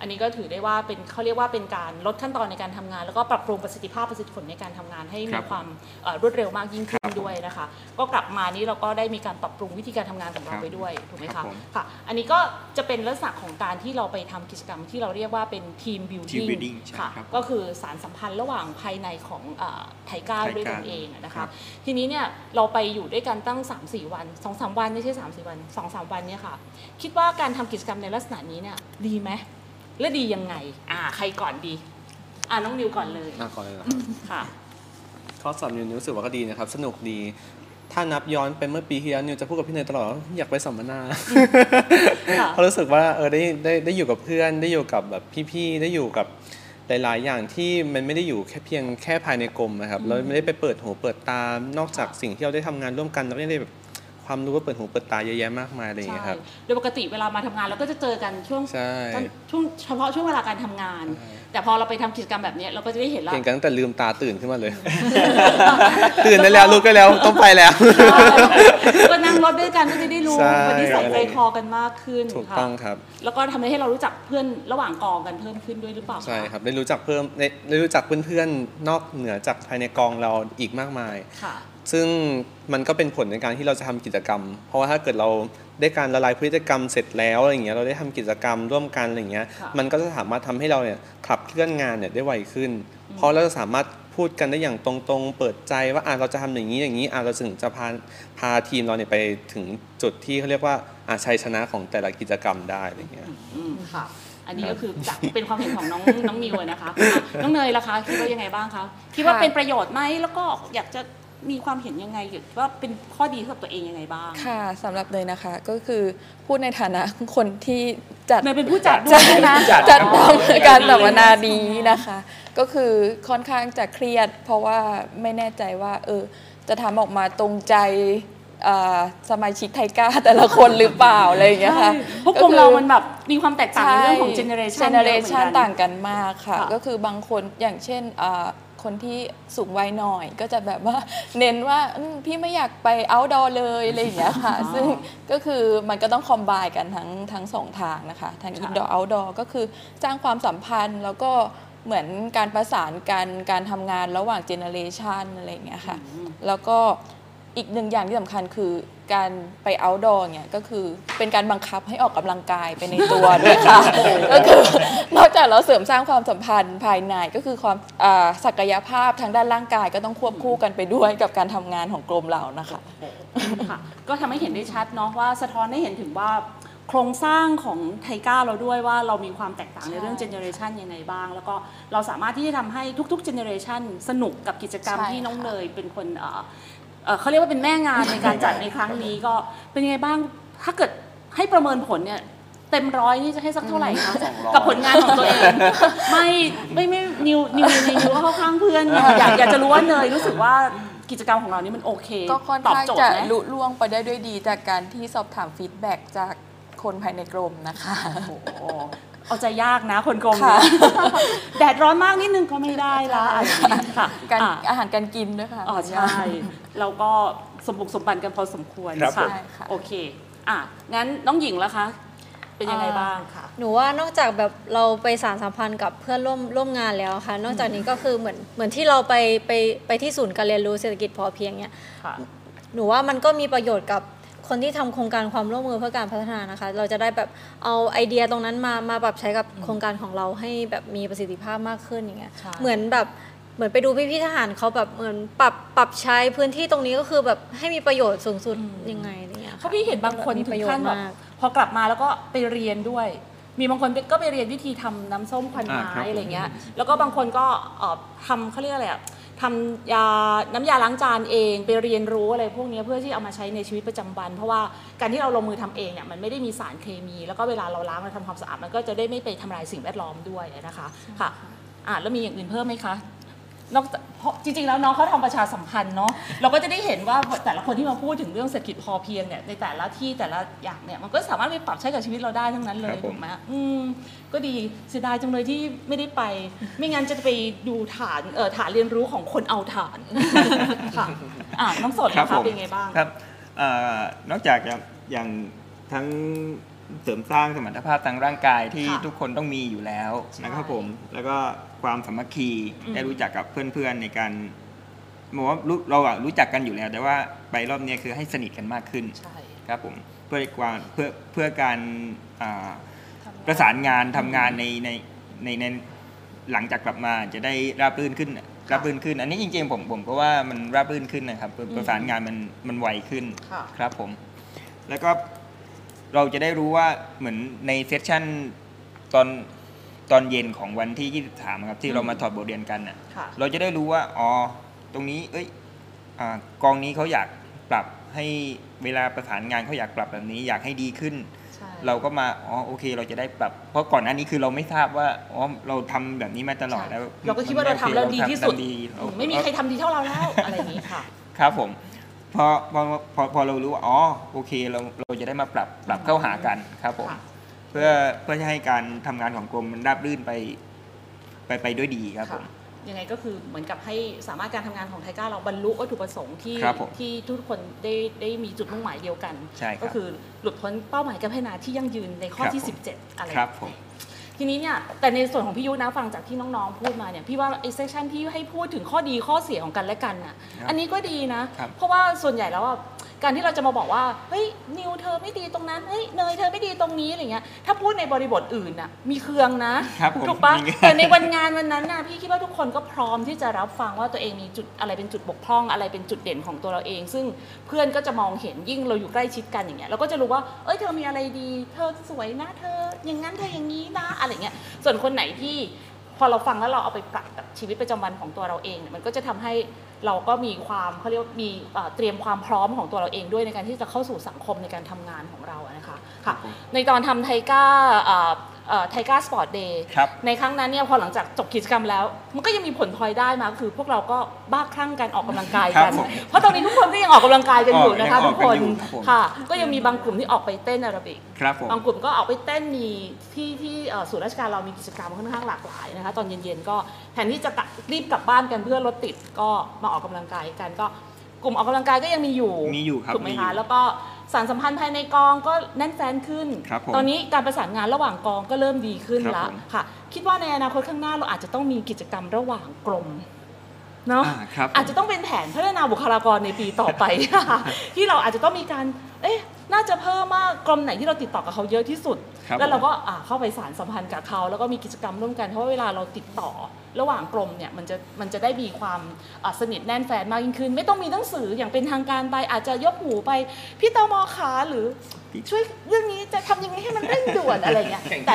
Speaker 1: อันนี้ก็ถือได้ว่าเป็นเขาเรียกว่าเป็นการลดขั้นตอนในการทำงาน แล้วก็ปรับปรุงประสิทธิภาพประสิทธิผลในการทำงานให้
Speaker 2: ค
Speaker 1: มี
Speaker 2: รับ
Speaker 1: ความเอ่อรวดเร็วมากยิ่งขึ้
Speaker 2: ครั
Speaker 1: น
Speaker 2: บผม
Speaker 1: ด้วยนะคะ ก็กลับมานี้เราก็ได้มีการปรับปรุงวิธีการทำงานของ
Speaker 2: ค
Speaker 1: เรา
Speaker 2: รับ
Speaker 1: ไปด้วยถูกไหม
Speaker 2: ค
Speaker 1: คะ
Speaker 2: รับผม
Speaker 1: ค่ะ อันนี้ก็จะเป็นลักษณะของการที่เราไปทำกิจกรรมที่เราเรียกว่าเป็นทีมบิว
Speaker 2: Team building ใช่
Speaker 1: ค่ะ
Speaker 2: ครับ
Speaker 1: ก็คือสารสัมพันธ์ระหว่างภายในของเอ่อไทก้า
Speaker 2: ไทก้า
Speaker 1: ด้วยกันเองอะนะ
Speaker 2: ครั
Speaker 1: คะ
Speaker 2: บ
Speaker 1: ทีนี้เนี่ยเราไปอยู่ด้วยกันตั้ง 3-4 วัน 2-3 วันไม่ใช่ 3-4 วัน2-3 วันเนี่ยค่ะ คิดว่าการทำกิจกรรมในลักษณะนี้เนี่ยดีไหมและดียังไง อ่า ใครก่อนดี อ่าน้องนิวก่อนเลย
Speaker 5: อ่ะขอเลยเหรอ
Speaker 1: ค่ะ
Speaker 5: ข้อสอบนิวนิวรู้สึกว่าก็ดีนะครับ สนุกดี ถ้านับย้อนเป็นเมื่อปีที่แล้วนิวจะพูดกับพี่เนยตลอดว่าอยากไปสัมมนา
Speaker 1: ค่ะ
Speaker 5: เพราะรู้สึกว่าเออได้ได้ได้อยู่กับเพื่อน ได้อยู่กับแบบพี่ๆได้อยู่กับหลายๆ อย่างที่มันไม่ได้อยู่แค่เพียงแค่ภายในกรมนะครับแล้วไม่ได้ไปเปิดหูเปิดตานอกจากสิ่งที่เราได้ทำงานร่วมกันเราได้แบบความรู้ว่าเปิดหูเปิดตาเยอะแยะมากมายอะไรอย่าง
Speaker 1: ใช่
Speaker 5: เงี้ยครับ
Speaker 1: โดยปกติเวลามาทำงานเราก็จะเจอกันช่วง
Speaker 5: ใช่
Speaker 1: ช่วงเฉพาะช่วงเวลาการทำงาน แต่พอเราไปทำกิจกรรมแบบเนี้ยเราก็จะได้เห็นละ
Speaker 5: เก่งกันตั้งแต่ลืมตาตื่นขึ้นมา เลย ตื่นได้แล้วลุกได้แล้วต้องไปแล้ว
Speaker 1: ก็นั่งรถด้วยกันก็จะได้รู้
Speaker 5: ใช่
Speaker 1: วันนี้ใส่ใจคอกันมากขึ้น
Speaker 5: ถูก
Speaker 1: ค่ะ
Speaker 5: ต้องครับ
Speaker 1: แล้วก็ทำให้เรารู้จักเพื่อนระหว่างกองกันเพิ่มขึ้นด้วยหรือเปล่าะ
Speaker 5: ใช่ครับ ได้รู้จักเพิ่มได้ได้รู้จักเพื่อนๆ นอกเหนือจากภายในกองเราอีกมากมาย
Speaker 1: ค่ะ
Speaker 5: ซึ่งมันก็เป็นผลในการที่เราจะทำกิจกรรม เพราะว่าถ้าเกิดเราได้การละลายพฤติกรรมเสร็จแล้วอะไรอย่างเงี้ยเราได้ทำกิจกรรมร่วมกันอะไรอย่างเงี้ย
Speaker 1: ค่ะ
Speaker 5: มันก็จะสามารถทำให้เราเนี่ยขับเคลื่อนงานเนี่ยได้ไวขึ้น เพราะเราจะสามารถพูดกันได้อย่างตรงๆ เปิดใจว่าอ่ะเราจะทำอย่างนี้อย่างนี้อ่ะเราถึงจะพาพาทีมเราเนี่ยไปถึงจุดที่เขาเรียกว่าอ่ะชัยชนะของแต่ละกิจกรรมได้อะไรอย่างเงี้ย
Speaker 1: อืมค่ะ อันนี้
Speaker 5: ครั
Speaker 1: ก็
Speaker 5: บ
Speaker 1: คือจากเป็นความเห็นของน้อง น้องนิวอะ นะคะอ่ะน้องเนยล่ะคะคิดว่ายังไงบ้างคะคิดว่า
Speaker 4: ค่ะ
Speaker 1: เป็นประโยชน์ไหมแล้วก็อยากจะมีความเห็นยังไงหรือว่าเป็นข้อดีสำหรับตัวเองยังไงบ้าง
Speaker 4: ค่ะสำหรับเลยนะคะก็คือพูดในฐานะคนที่จัด
Speaker 1: เนยเป็นผู้จัดด้วยนะ
Speaker 4: จัดทำการสัมมนานี้นะคะ ก็คือค่อนข้างจะเครียด เพราะว่าไม่แน่ใจว่าเออ จะทำออกมาตรงใจเอ่อสมาชิกไทก้าแต่ละคนหรือเปล่าอะไรอย่างเงี้ยค่ะ
Speaker 1: พวกกลุ่มเรามันแบบมีความแตกต่างในเรื่องของเจเนเรชัน
Speaker 4: เจเนเรชันต่างกันมากค่ะ
Speaker 1: ค่ะ
Speaker 4: ก็คือบางคนอย่างเช่นอ่าคนที่สูงวัยหน่อย ก็จะแบบว่า เน้นว่าอืมพี่ไม่อยากไป outdoor เลยอะไรอย่างเงี้ยค่ะ ซึ่งก็คือมันก็ต้องคอมบ n นกันทั้งทั้งสองทางนะคะทั้ง indoor outdoor ก็คือสร้างความสัมพันธ์แล้วก็เหมือนการประสานกันการทำงานระหว่างเจเนเรชันอะไรอย่างเงี้ยค่ะ แล้วก็อีกหนึ่งอย่างที่สำคัญคือการไป outdoor เนี่ยก็คือเป็นการบังคับให้ออกกำลังกายไปใน ตัวด้วยค่ะ ก็คือนอกจากเราเสริมสร้างความสัมพันธ์ภายในก็คือความอ่าศักยภาพทางด้านร่างกายก็ต้องควบคู่กันไปด้วยกับการทำงานของกรมเรานะคะ
Speaker 1: ค่ะก็ทำให้เห็นได้ชัดเนาะว่าสะท้อนให้เห็นถึงว่าโครงสร้างของไทก้าเราด้วยว่าเรามีความแตกต่างในเรื่องเจเนอเรชันยังไงบ้าง แล้วก็เราสามารถที่จะทำให้ทุกๆเจเนอเรชันสนุกกับกิจกรรม
Speaker 4: ใช่
Speaker 1: ที่น้อง
Speaker 4: ค่ะ
Speaker 1: เนยเป็นคนเอ่อเอ่อเขาเรียกว่าเป็นแม่งานในการจัดในครั้งนี้ก็เป็นยังไงบ้างถ้าเกิดให้ประเมินผลเนี่ยเต็มร้อยนี่จะให้สักเท่าไหร่คะ
Speaker 6: 200
Speaker 1: กับผลงานของตัวเองไม่ไม่ไม่นิวนิวนิวนิวก็เข้าข้างเพื่อนไงอยากอยากจะรู้ว่าเนยรู้สึกว่ากิจกรรมของเรานี่มันโอเค
Speaker 4: ก็ค่อน
Speaker 1: ตอบ
Speaker 4: ข้าง
Speaker 1: โจท
Speaker 4: จะ
Speaker 1: ย์ไหม
Speaker 4: ลุล่วงไปได้ด้วยดีจากการที่สอบถามฟีดแบ็จากคนภายในกรมนะคะ
Speaker 1: โอ้เอาใจยากนะคนโกง
Speaker 4: ค่ะ
Speaker 1: แดดร้อนมากนิดนึงก็ไม่ได้ละค่ะ
Speaker 4: การ
Speaker 1: อ่ะ
Speaker 4: อาหารการกินด้วยค่ะ
Speaker 1: อ๋อใช่เราก็สมบุกสมบันกันพอสมควร
Speaker 2: ครับผม
Speaker 4: ใช่ค่ะ
Speaker 1: โอเคอ่ะงั้นน้องหญิงแล้วคะ เป็นยังไงบ้างค่ะ
Speaker 3: หนูว่านอกจากแบบเราไปสารสัมพันธ์กับเพื่อนร่วมร่วมงานแล้วค่ะ นอกจากนี้ก็คือเหมือนเหมือนที่เราไปไปไปที่ศูนย์การเรียนรู้เศรษฐกิจพอเพียงเนี่ย
Speaker 1: ค่ะ
Speaker 3: หนูว่ามันก็มีประโยชน์กับคนที่ทำโครงการความร่วมมือเพื่อการพัฒนานะคะ เราจะได้แบบเอาไอเดียตรงนั้นมามาปรับใช้กับโครงการของเราให้แบบมีประสิทธิภาพมากขึ้นอย่างเงี้ย
Speaker 1: ใช่
Speaker 3: เหมือนแบบเหมือนไปดูพี่พี่ๆทหารเขาแบบเหมือนปรับปรับใช้พื้นที่ตรงนี้ก็คือแบบให้มีประโยชน์สูงสุดยังไงอะไรเนี่ย
Speaker 1: เพ
Speaker 3: ค่ะ
Speaker 1: ราะพี่เห็นบางคน
Speaker 3: มี
Speaker 1: ถึง
Speaker 3: ประโยช
Speaker 1: ขั้น
Speaker 3: น์
Speaker 1: แบบ
Speaker 3: มาก
Speaker 1: พอกลับมาแล้วก็ไปเรียนด้วย มีบางคนก็ไปเรียนวิธีทำน้ำส้มควันไม้
Speaker 6: อ่าครับ
Speaker 1: อะไรเงี้ย แล้วก็บางคนก็เอ่อทำเขาเรียกอะไรอะทำยาน้ำยาล้างจานเองไปเรียนรู้อะไรพวกเนี้ยเพื่อที่เอามาใช้ในชีวิตประจำวัน เพราะว่าการที่เราลงมือทำเองเนี่ยมันไม่ได้มีสารเคมี แล้วก็เวลาเราล้างเราทำความสะอาดมันก็จะได้ไม่ไปทำลายสิ่งแวดล้อมด้วยนะคะค่ะอ่ะแล้วมีอย่างอื่นเพิ่มไหมคะ นอกจากเพราะจริงๆ แล้วน้องเขาทำประชาสัมพันธ์เนาะเราก็จะได้เห็นว่าแต่ละคนที่มาพูดถึงเรื่องเศรษฐกิจพอเพียงเนี่ยในแต่ละที่แต่ละอย่างเนี่ยมันก็สามารถไปปรับใช้กับชีวิตเราได้ทั้งนั้นเล
Speaker 2: ค
Speaker 1: ย
Speaker 2: รับผม
Speaker 1: ถูกไหมอืมก็ดีเสียดายจังเลยที่ไม่ได้ไป ไม่งั้นจะไปดูฐานเอ่อฐานเรียนรู้ของคนเอาฐาน ค่ะอ่ะน้องสดนะคะเป็นไงบ้าง
Speaker 2: ครับเอ่อนอกจากอย่างอย่างทั้งเสริมสร้างสมรรถภาพทางร่างกายที่
Speaker 1: ค่ะ
Speaker 2: ทุกคนต้องมีอยู่แล้ว
Speaker 1: ใช่
Speaker 2: นะครับผม แล้วก็ความสามัคคี
Speaker 1: อืม
Speaker 2: ได้รู้จักกับเพื่อนๆในการมองว่ารู้เราอะรู้จักกันอยู่แล้ว แต่ว่าไปรอบเนี้ยคือให้สนิทกันมากขึ้น
Speaker 1: ใช่
Speaker 2: ครับผมเพื่อความเพื่อเพื่อการอ่าประสานงานทำงานในในในในหลังจากกลับมาจะได้ราบรื่นขึ้นน่ะราบรื่นขึ้น อันนี้จริงๆผมผมก็ว่ามันราบรื่นขึ้นนะครับเพื่อประสานงานมันมันไวขึ้น
Speaker 1: ค่ะ
Speaker 2: ครับผม แล้วก็เราจะได้รู้ว่าเหมือนในเซสชั่นตอนตอนเย็นของวันที่ 23 ครับที่เรามาถอดบทเรียนกันน่ะ
Speaker 1: ค่ะ
Speaker 2: เราจะได้รู้ว่า อ๋อ ตรงนี้ เอ้ยอากองนี้เขาอยากปรับให้เวลาประสานงานเขาอยากปรับแบบนี้ อยากให้ดีขึ้น
Speaker 1: ใช่
Speaker 2: เราก็มา อ๋อ โอเค เราจะได้ปรับ เพราะก่อนหน้านี้คือเราไม่ทราบว่า อ๋อ เราทำแบบนี้มาตลอดแล้ว
Speaker 1: เราก็คิดว่าเราทำแล้วดีที่สุด
Speaker 2: เราทำดี
Speaker 1: อื
Speaker 2: เรา
Speaker 1: มไม่มีใครทำดีเท่าเราแล้วอะไรอย่างนี้ค่ะ
Speaker 2: ครับผมพอพอพอพอเรารู้ว่าอ๋อโอเคเราเราจะได้มาปรับปรับเข้าหากันครับผม
Speaker 1: ค่ะ
Speaker 2: เพื่อเพื่อให้การทำงานของกรมมันราบรื่นไป ไปไปด้วยดีครับผ
Speaker 1: ค่ะ
Speaker 2: ม
Speaker 1: ยังไงก็คือเหมือนกับให้สามารถการทำงานของไทก้าเราบรรลุวัตถุประสงค์ที่
Speaker 2: ครับผม
Speaker 1: ที่ทุกคนได้ได้มีจุดมุ่งหมายเดียวกัน
Speaker 2: ใช่ครับ
Speaker 1: ก็คือหลุดพ้นเป้าหมายการพัฒนาที่ยั่งยืนในข้อ
Speaker 2: ครับ
Speaker 1: ที่
Speaker 2: ผม
Speaker 1: 17 อะไร
Speaker 2: ครับผม
Speaker 1: ทีนี้เนี่ยแต่ในส่วนของพี่ยุนะฟังจากที่น้องๆพูดมาเนี่ยพี่ว่าไอ้เซสชันที่ให้พูดถึงข้อดีข้อเสียของกันและกันน่ะ
Speaker 2: ครับ
Speaker 1: อันนี้ก็ดีนะ
Speaker 2: ครับ
Speaker 1: เพราะว่าส่วนใหญ่แล้วอ่ะการที่เราจะมาบอกว่าเฮ้ยนิวเธอไม่ดีตรงนั้นเฮ้ยเนยเธอไม่ดีตรงนี้อะไรเงี้ยถ้าพูดในบริบทอื่นน่ะมีเคืองนะครับ
Speaker 2: ผม
Speaker 1: ถูกปะ
Speaker 2: มีเคือง
Speaker 1: แต่ในวันงานวันนั้นน่ะพี่คิดว่าทุกคนก็พร้อมที่จะรับฟังว่าตัวเองมีจุดอะไรเป็นจุดบกพร่องอะไรเป็นจุดเด่นของตัวเราเอง ซึ่งเพื่อนก็จะมองเห็นยิ่งเราอยู่ใกล้ชิดกันอย่างเงี้ยเราก็จะรู้ว่าเอ้ยเธอมีอะไรดี เธอสวยนะเธอ อย่างนั้นเธออย่างนี้นะอะไรเงี้ย ส่วนคนไหนที่พอเราฟังแล้วเราเอาไปปรับกับชีวิตประจำวันของตัวเราเองเนี่ยมันก็จะทำให้เราก็มีความเขาเรียกว่ามีเอ่อเตรียมความพร้อมของตัวเราเองด้วยในการที่จะเข้าสู่สังคมในการทำงานของเราอะนะคะค่ะในตอนทำไทก้าเอ่อ
Speaker 7: ไทก้าสปอร์ตเดย์
Speaker 2: ครับ
Speaker 7: ในครั้งนั้นเนี่ยพอหลังจากจบกิจกรรมแล้ว มันก็ยังมีผลพลอยได้มาก็คือพวกเราก็บ้าคลั่งการออกกำลังกาย
Speaker 2: ครั
Speaker 7: กับ น
Speaker 2: ผม
Speaker 7: เพราะตอนนี้ทุกคนก็ยังออกกำลังกายกันอยู่นะคะ
Speaker 2: อ
Speaker 7: ทุ
Speaker 2: อก
Speaker 7: กคน
Speaker 2: ยังออกกันอยู่ครับผม
Speaker 7: ค่ะ ก็ยังมีบางกลุ่มที่ออกไปเต้นแอโรบิก
Speaker 2: ครับผม
Speaker 7: บางกลุ่มก็ออกไปเต้นมีที่ที่เอ่อศูนย์ราชการเรามีกิจกรรมค่อนข้างหลากหลายนะคะ ตอนเย็นๆก็แทนที่จะกลับรีบกลับบ้านกันเพื่อรถติดก็มาออกกำลังกายกันก็กลุ่มออกกำลังกายก็ยังมีอยู่
Speaker 2: มีอยู่ครับ
Speaker 7: ถูกไหม
Speaker 2: มีอยู่
Speaker 7: คะแล้วก็สารสัมพันธ์ภายในกองก็แน่นแฟนขึ้น
Speaker 2: ครับผม
Speaker 7: ตอนนี้การประสานงานระหว่างกองก็เริ่มดีขึ้น
Speaker 2: ครับ
Speaker 7: ละ
Speaker 2: ผม
Speaker 7: ค่ะ คิดว่าในอนาคตข้างหน้าเราอาจจะต้องมีกิจกรรมระหว่างกลมเนาะ
Speaker 2: อ่าครับผม
Speaker 7: อาจจะต้องเป็นแผนพัฒนาบุคลากรในปีต่อไป ที่เราอาจจะต้องมีการ เอ๊ะ น่าจะเพิ่มว่ากรมไหนที่เราติดต่อกับเขาเยอะที่สุด
Speaker 2: ครับ
Speaker 7: แล้วเราก็อ่าเข้าไปสารสัมพันธ์กับเขา แล้วก็มีกิจกรรมร่วมกันเพราะว่าเวลาเราติดต่อระหว่างกรมเนี่ยมันจะมันจะได้มีความอ่าสนิทแน่นแฟนมากยิ่งขึ้น ไม่ต้องมีหนังสืออย่างเป็นทางการไปอาจจะยกหูไปพี่ตมขาหรือช่วยเรื่องนี้จะทำยังไงให้มันเร่งด่วนอะไรเงี้ย
Speaker 5: กร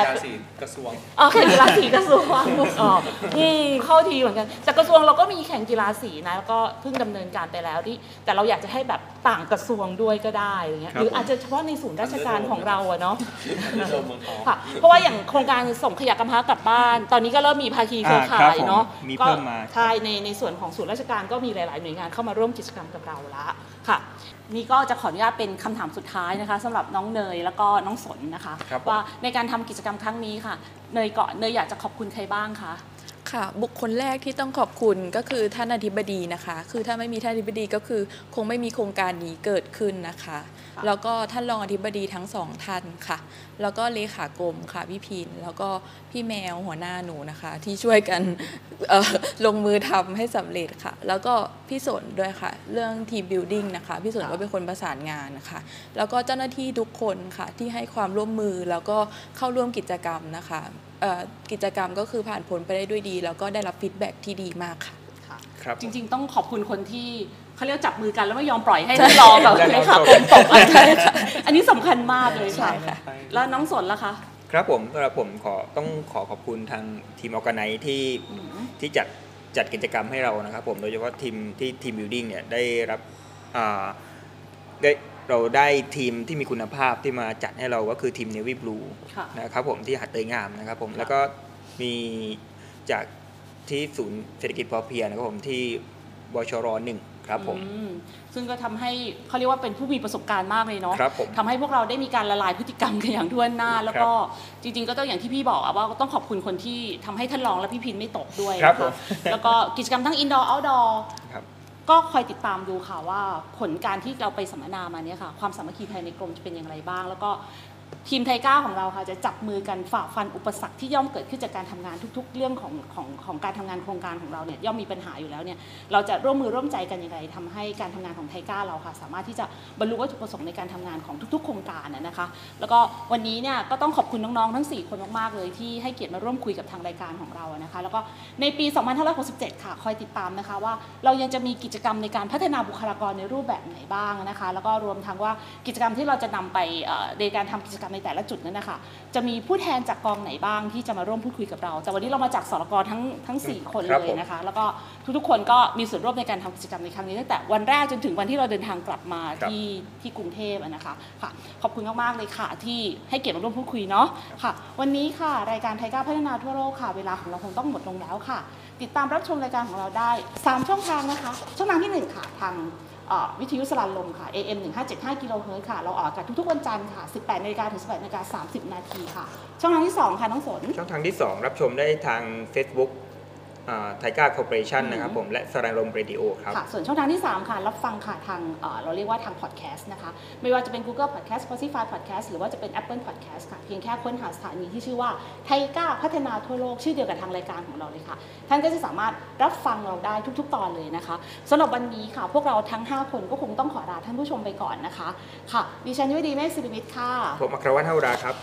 Speaker 5: ะทรว ง
Speaker 7: อ๋อแข่งกีฬาสีกระทรวงอ๋ออืมเข้าทีเหมือนกันแต่กระทรวงเราก็มีแข่งกีฬาสีนะแล้วก็เพิ่งดำเนินการไปแล้วที่แต่เราอยากจะให้แบบต่างกระทรวงด้วยก็ได้อะไรเงี้ย
Speaker 2: ครั
Speaker 7: ห
Speaker 2: บ
Speaker 7: รืออาจจะเฉพาะในศูนย์ราชการของเราอะเนาะค่ะเพราะว่าอย่างโครงการส่งขยะกำพร้ากลับบ้าน ตอนนี้ก็เริ่มมีภาคีเครือข่ายเนาะ
Speaker 2: อ่าครับผมมี
Speaker 7: ก็
Speaker 2: เพิ่มมา
Speaker 7: ใช่ในในส่วนของศูนย์ราชการก็มีหลาย ๆ หน่วยงานเข้ามาร่วมกิจกรรมกับเราละค่ะ
Speaker 1: นี่ก็จะขออนุญาตเป็นคำถามสุดท้ายนะคะสำหรับน้องเนยแล้วก็น้องสนนะคะ
Speaker 5: ครับผม
Speaker 1: ว่าในการทำกิจกรรมครั้งนี้ค่ะ เนยก่อนเนยอยากจะขอบคุณใครบ้างคะ
Speaker 4: ค่ะบุคคลแรกที่ต้องขอบคุณก็คือท่านอธิบดีนะคะ คือถ้าไม่มีท่านอธิบดีก็คือ คงไม่มีโครงการนี้เกิดขึ้นนะคะ แล้วก็ท่านรองอธิบดีทั้งสองท่านค่ะ แล้วก็เลขากรมค่ะพี่พินแล้วก็พี่แมวหัวหน้าหนูนะคะ ที่ช่วยกันเอ่อลงมือทำให้สำเร็จค่ะ แล้วก็พี่สนด้วยค่ะ เรื่องทีมบิวดิ้งนะคะพี่สนก็เป็นคนประสานงานนะคะ แล้วก็เจ้าหน้าที่ทุกคนค่ะที่ให้ความร่วมมือแล้วก็เข้าร่วมกิจกรรมนะคะเอ่อกิจกรรมก็คือผ่านผลไปได้ด้วยดี แล้วก็ได้รับฟีดแบ็กที่ดีมากค่ะ
Speaker 5: ครับ
Speaker 1: จริง ๆ ต้องขอบคุณคนที่เขาเรียกจับมือกันแล้วไม่ยอมปล่อยให้รอแบบเลขากลมตกอะไรอันนี้สำคัญมากเลย
Speaker 4: ใช่ค่ะ
Speaker 1: แล้วน้องสนล่ะคะ
Speaker 2: ครับผมสำหรับผมขอต้องขอขอบคุณทางทีมออกไนที่ที่จัดจัดกิจกรรมให้เรานะครับผมโดยเฉพาะทีมที่ทีมบิวดิ้งเนี่ยได้รับอ่าได้เราได้ทีมที่มีคุณภาพที่มาจัดให้เราก็คือทีมเนวี่บลู
Speaker 1: ค่ะ
Speaker 2: นะครับผมที่หัดเตยงามนะครับผมแล้วก็มีจากที่ศูนย์เศรษฐกิจพอเพียงนะครับผมที่บชรหนึ่งครับผม
Speaker 1: อืมซึ่งก็ทำให้เขาเรียกว่าเป็นผู้มีประสบการณ์มากเลยเนาะ
Speaker 2: ครับผม
Speaker 1: ทำให้พวกเราได้มีการละลายพฤติกรรมกันอย่างท่วนหน้า แล้วก็จริง ๆ ก็ต้องอย่างที่พี่บอกอะว่าต้องขอบคุณคนที่ทำให้ท่านรองและพี่พินไม่ตกด้วย
Speaker 2: ครับ
Speaker 1: นะ
Speaker 2: ผ
Speaker 1: คะ
Speaker 2: ม
Speaker 1: แล้วก็กิจกรรมทั้งอินดอร์เอาท์ดอร์
Speaker 2: ครับ
Speaker 1: ก็คอยติดตามดูค่ะว่าผลการที่เราไปสัมมนามาเนี่ยค่ะ ความสามัคคีภายในกรมจะเป็นอย่างไรบ้าง แล้วก็ทีมไทก้าของเราค่ะจะจับมือกันฝ่าฟันอุปสรรคที่ย่อมเกิดขึ้นจากการทำงานทุก ๆ เรื่องของของของการทำงานโครงการของเราเนี่ยย่อมมีปัญหาอยู่แล้วเนี่ยเราจะร่วมมือร่วมใจกันยังไงทำให้การทำงานของไทก้าเราค่ะ สามารถที่จะบรรลุวัตถุประสงค์ในการทำงานของทุก ๆ โครงการนะนะคะ แล้วก็วันนี้เนี่ยก็ต้องขอบคุณน้องๆทั้งสี่คนมากๆเลยที่ให้เกียรติมาร่วมคุยกับทางรายการของเราอะนะคะ แล้วก็ในปี 2567 ค่ะ คอยติดตามนะคะว่าเรายังจะมีกิจกรรมในการพัฒนาบุคลากรในรูปแบบไหนบ้างนะคะ แล้วก็รวมทั้งว่ากิจกรรมที่เราจะนำไปเอ่อในการทำกิจกรรมในแต่ละจุดนั้นนะคะ จะมีผู้แทนจากกองไหนบ้างที่จะมาร่วมพูดคุยกับเรา แต่วันนี้เรามาจากสรกทั้งทั้งสี่คน
Speaker 2: ครับ
Speaker 1: เล
Speaker 2: ผ
Speaker 1: ย
Speaker 2: ม
Speaker 1: นะคะ แล้วก็ทุกๆคนก็มีส่วนร่วมในการทำกิจกรรมในครั้งนี้ตั้งแต่วันแรกจนถึงวันที่เราเดินทางกลับมา
Speaker 2: ครับ
Speaker 1: ที่ที่กรุงเทพอะนะคะค่ะ ขอบคุณมากๆเลยค่ะที่ให้เกียรติมาร่วมพูดคุยเนาะค่ะ วันนี้ค่ะ รายการไทยก้าพัฒนาทั่วโลกค่ะ เวลาของเราคงต้องหมดลงแล้วค่ะ ติดตามรับชมรายการของเราได้ 3 ช่องทางนะคะ ช่องทางทีหนึ่1 ค่ะ ทางเอ่อวิทยุสลันลมค่ะ AM 1575กิโลเฮิรตซ์ค่ะ เราออกอากาศทุกๆวันจันทร์ค่ะ 18นาฬิกาถึง 18นาฬิกา30 นาทีค่ะ ช่องทางที่ 2 ค่ะ น้องสน
Speaker 2: ช่องทางที่ 2 รับชมได้ทาง Facebook ไทก้าคอร์ปอเรชันนะครับผมและสรารมเรดิโอครับ
Speaker 1: ค่ะส่วนช่องทางที่ 3 ค่ะ รับฟังค่ะทางเอ่อเราเรียกว่าทางพอดแคสต์นะคะ ไม่ว่าจะเป็น Google Podcast Spotify Podcast หรือว่าจะเป็น Apple Podcast ค่ะ เพียงแค่ค้นหาสถานีที่ชื่อว่าไทก้าพัฒนาทั่วโลก ชื่อเดียวกับทางรายการของเราเลยค่ะ ท่านก็จะสามารถรับฟังเราได้ทุกๆ ตอนเลยนะคะสำหรับวันนี้ค่ะ พวกเราทั้ง 5 คนก็คงต้องขอลาท่านผู้ชมไปก่อนนะคะ ค่ะดิฉันยุ้ยดีเมฆสิริวิทย์ค่ะ
Speaker 2: ผมอัครวัฒน์เท่าราครับ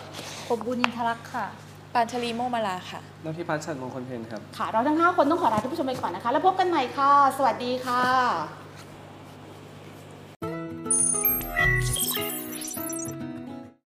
Speaker 3: ผมบุญอินทรักษ์ค่ะ
Speaker 4: ปานชลีโมมาลาค่ะ
Speaker 5: นพิพัฒน์ชัดมงคลเพนครับ
Speaker 1: ค่ะ เราทั้ง 5 คนต้องขอลาท่านผู้ชมไปก่อนนะคะ แล้วพบกันใหม่ค่ะ สวัสดีค่ะ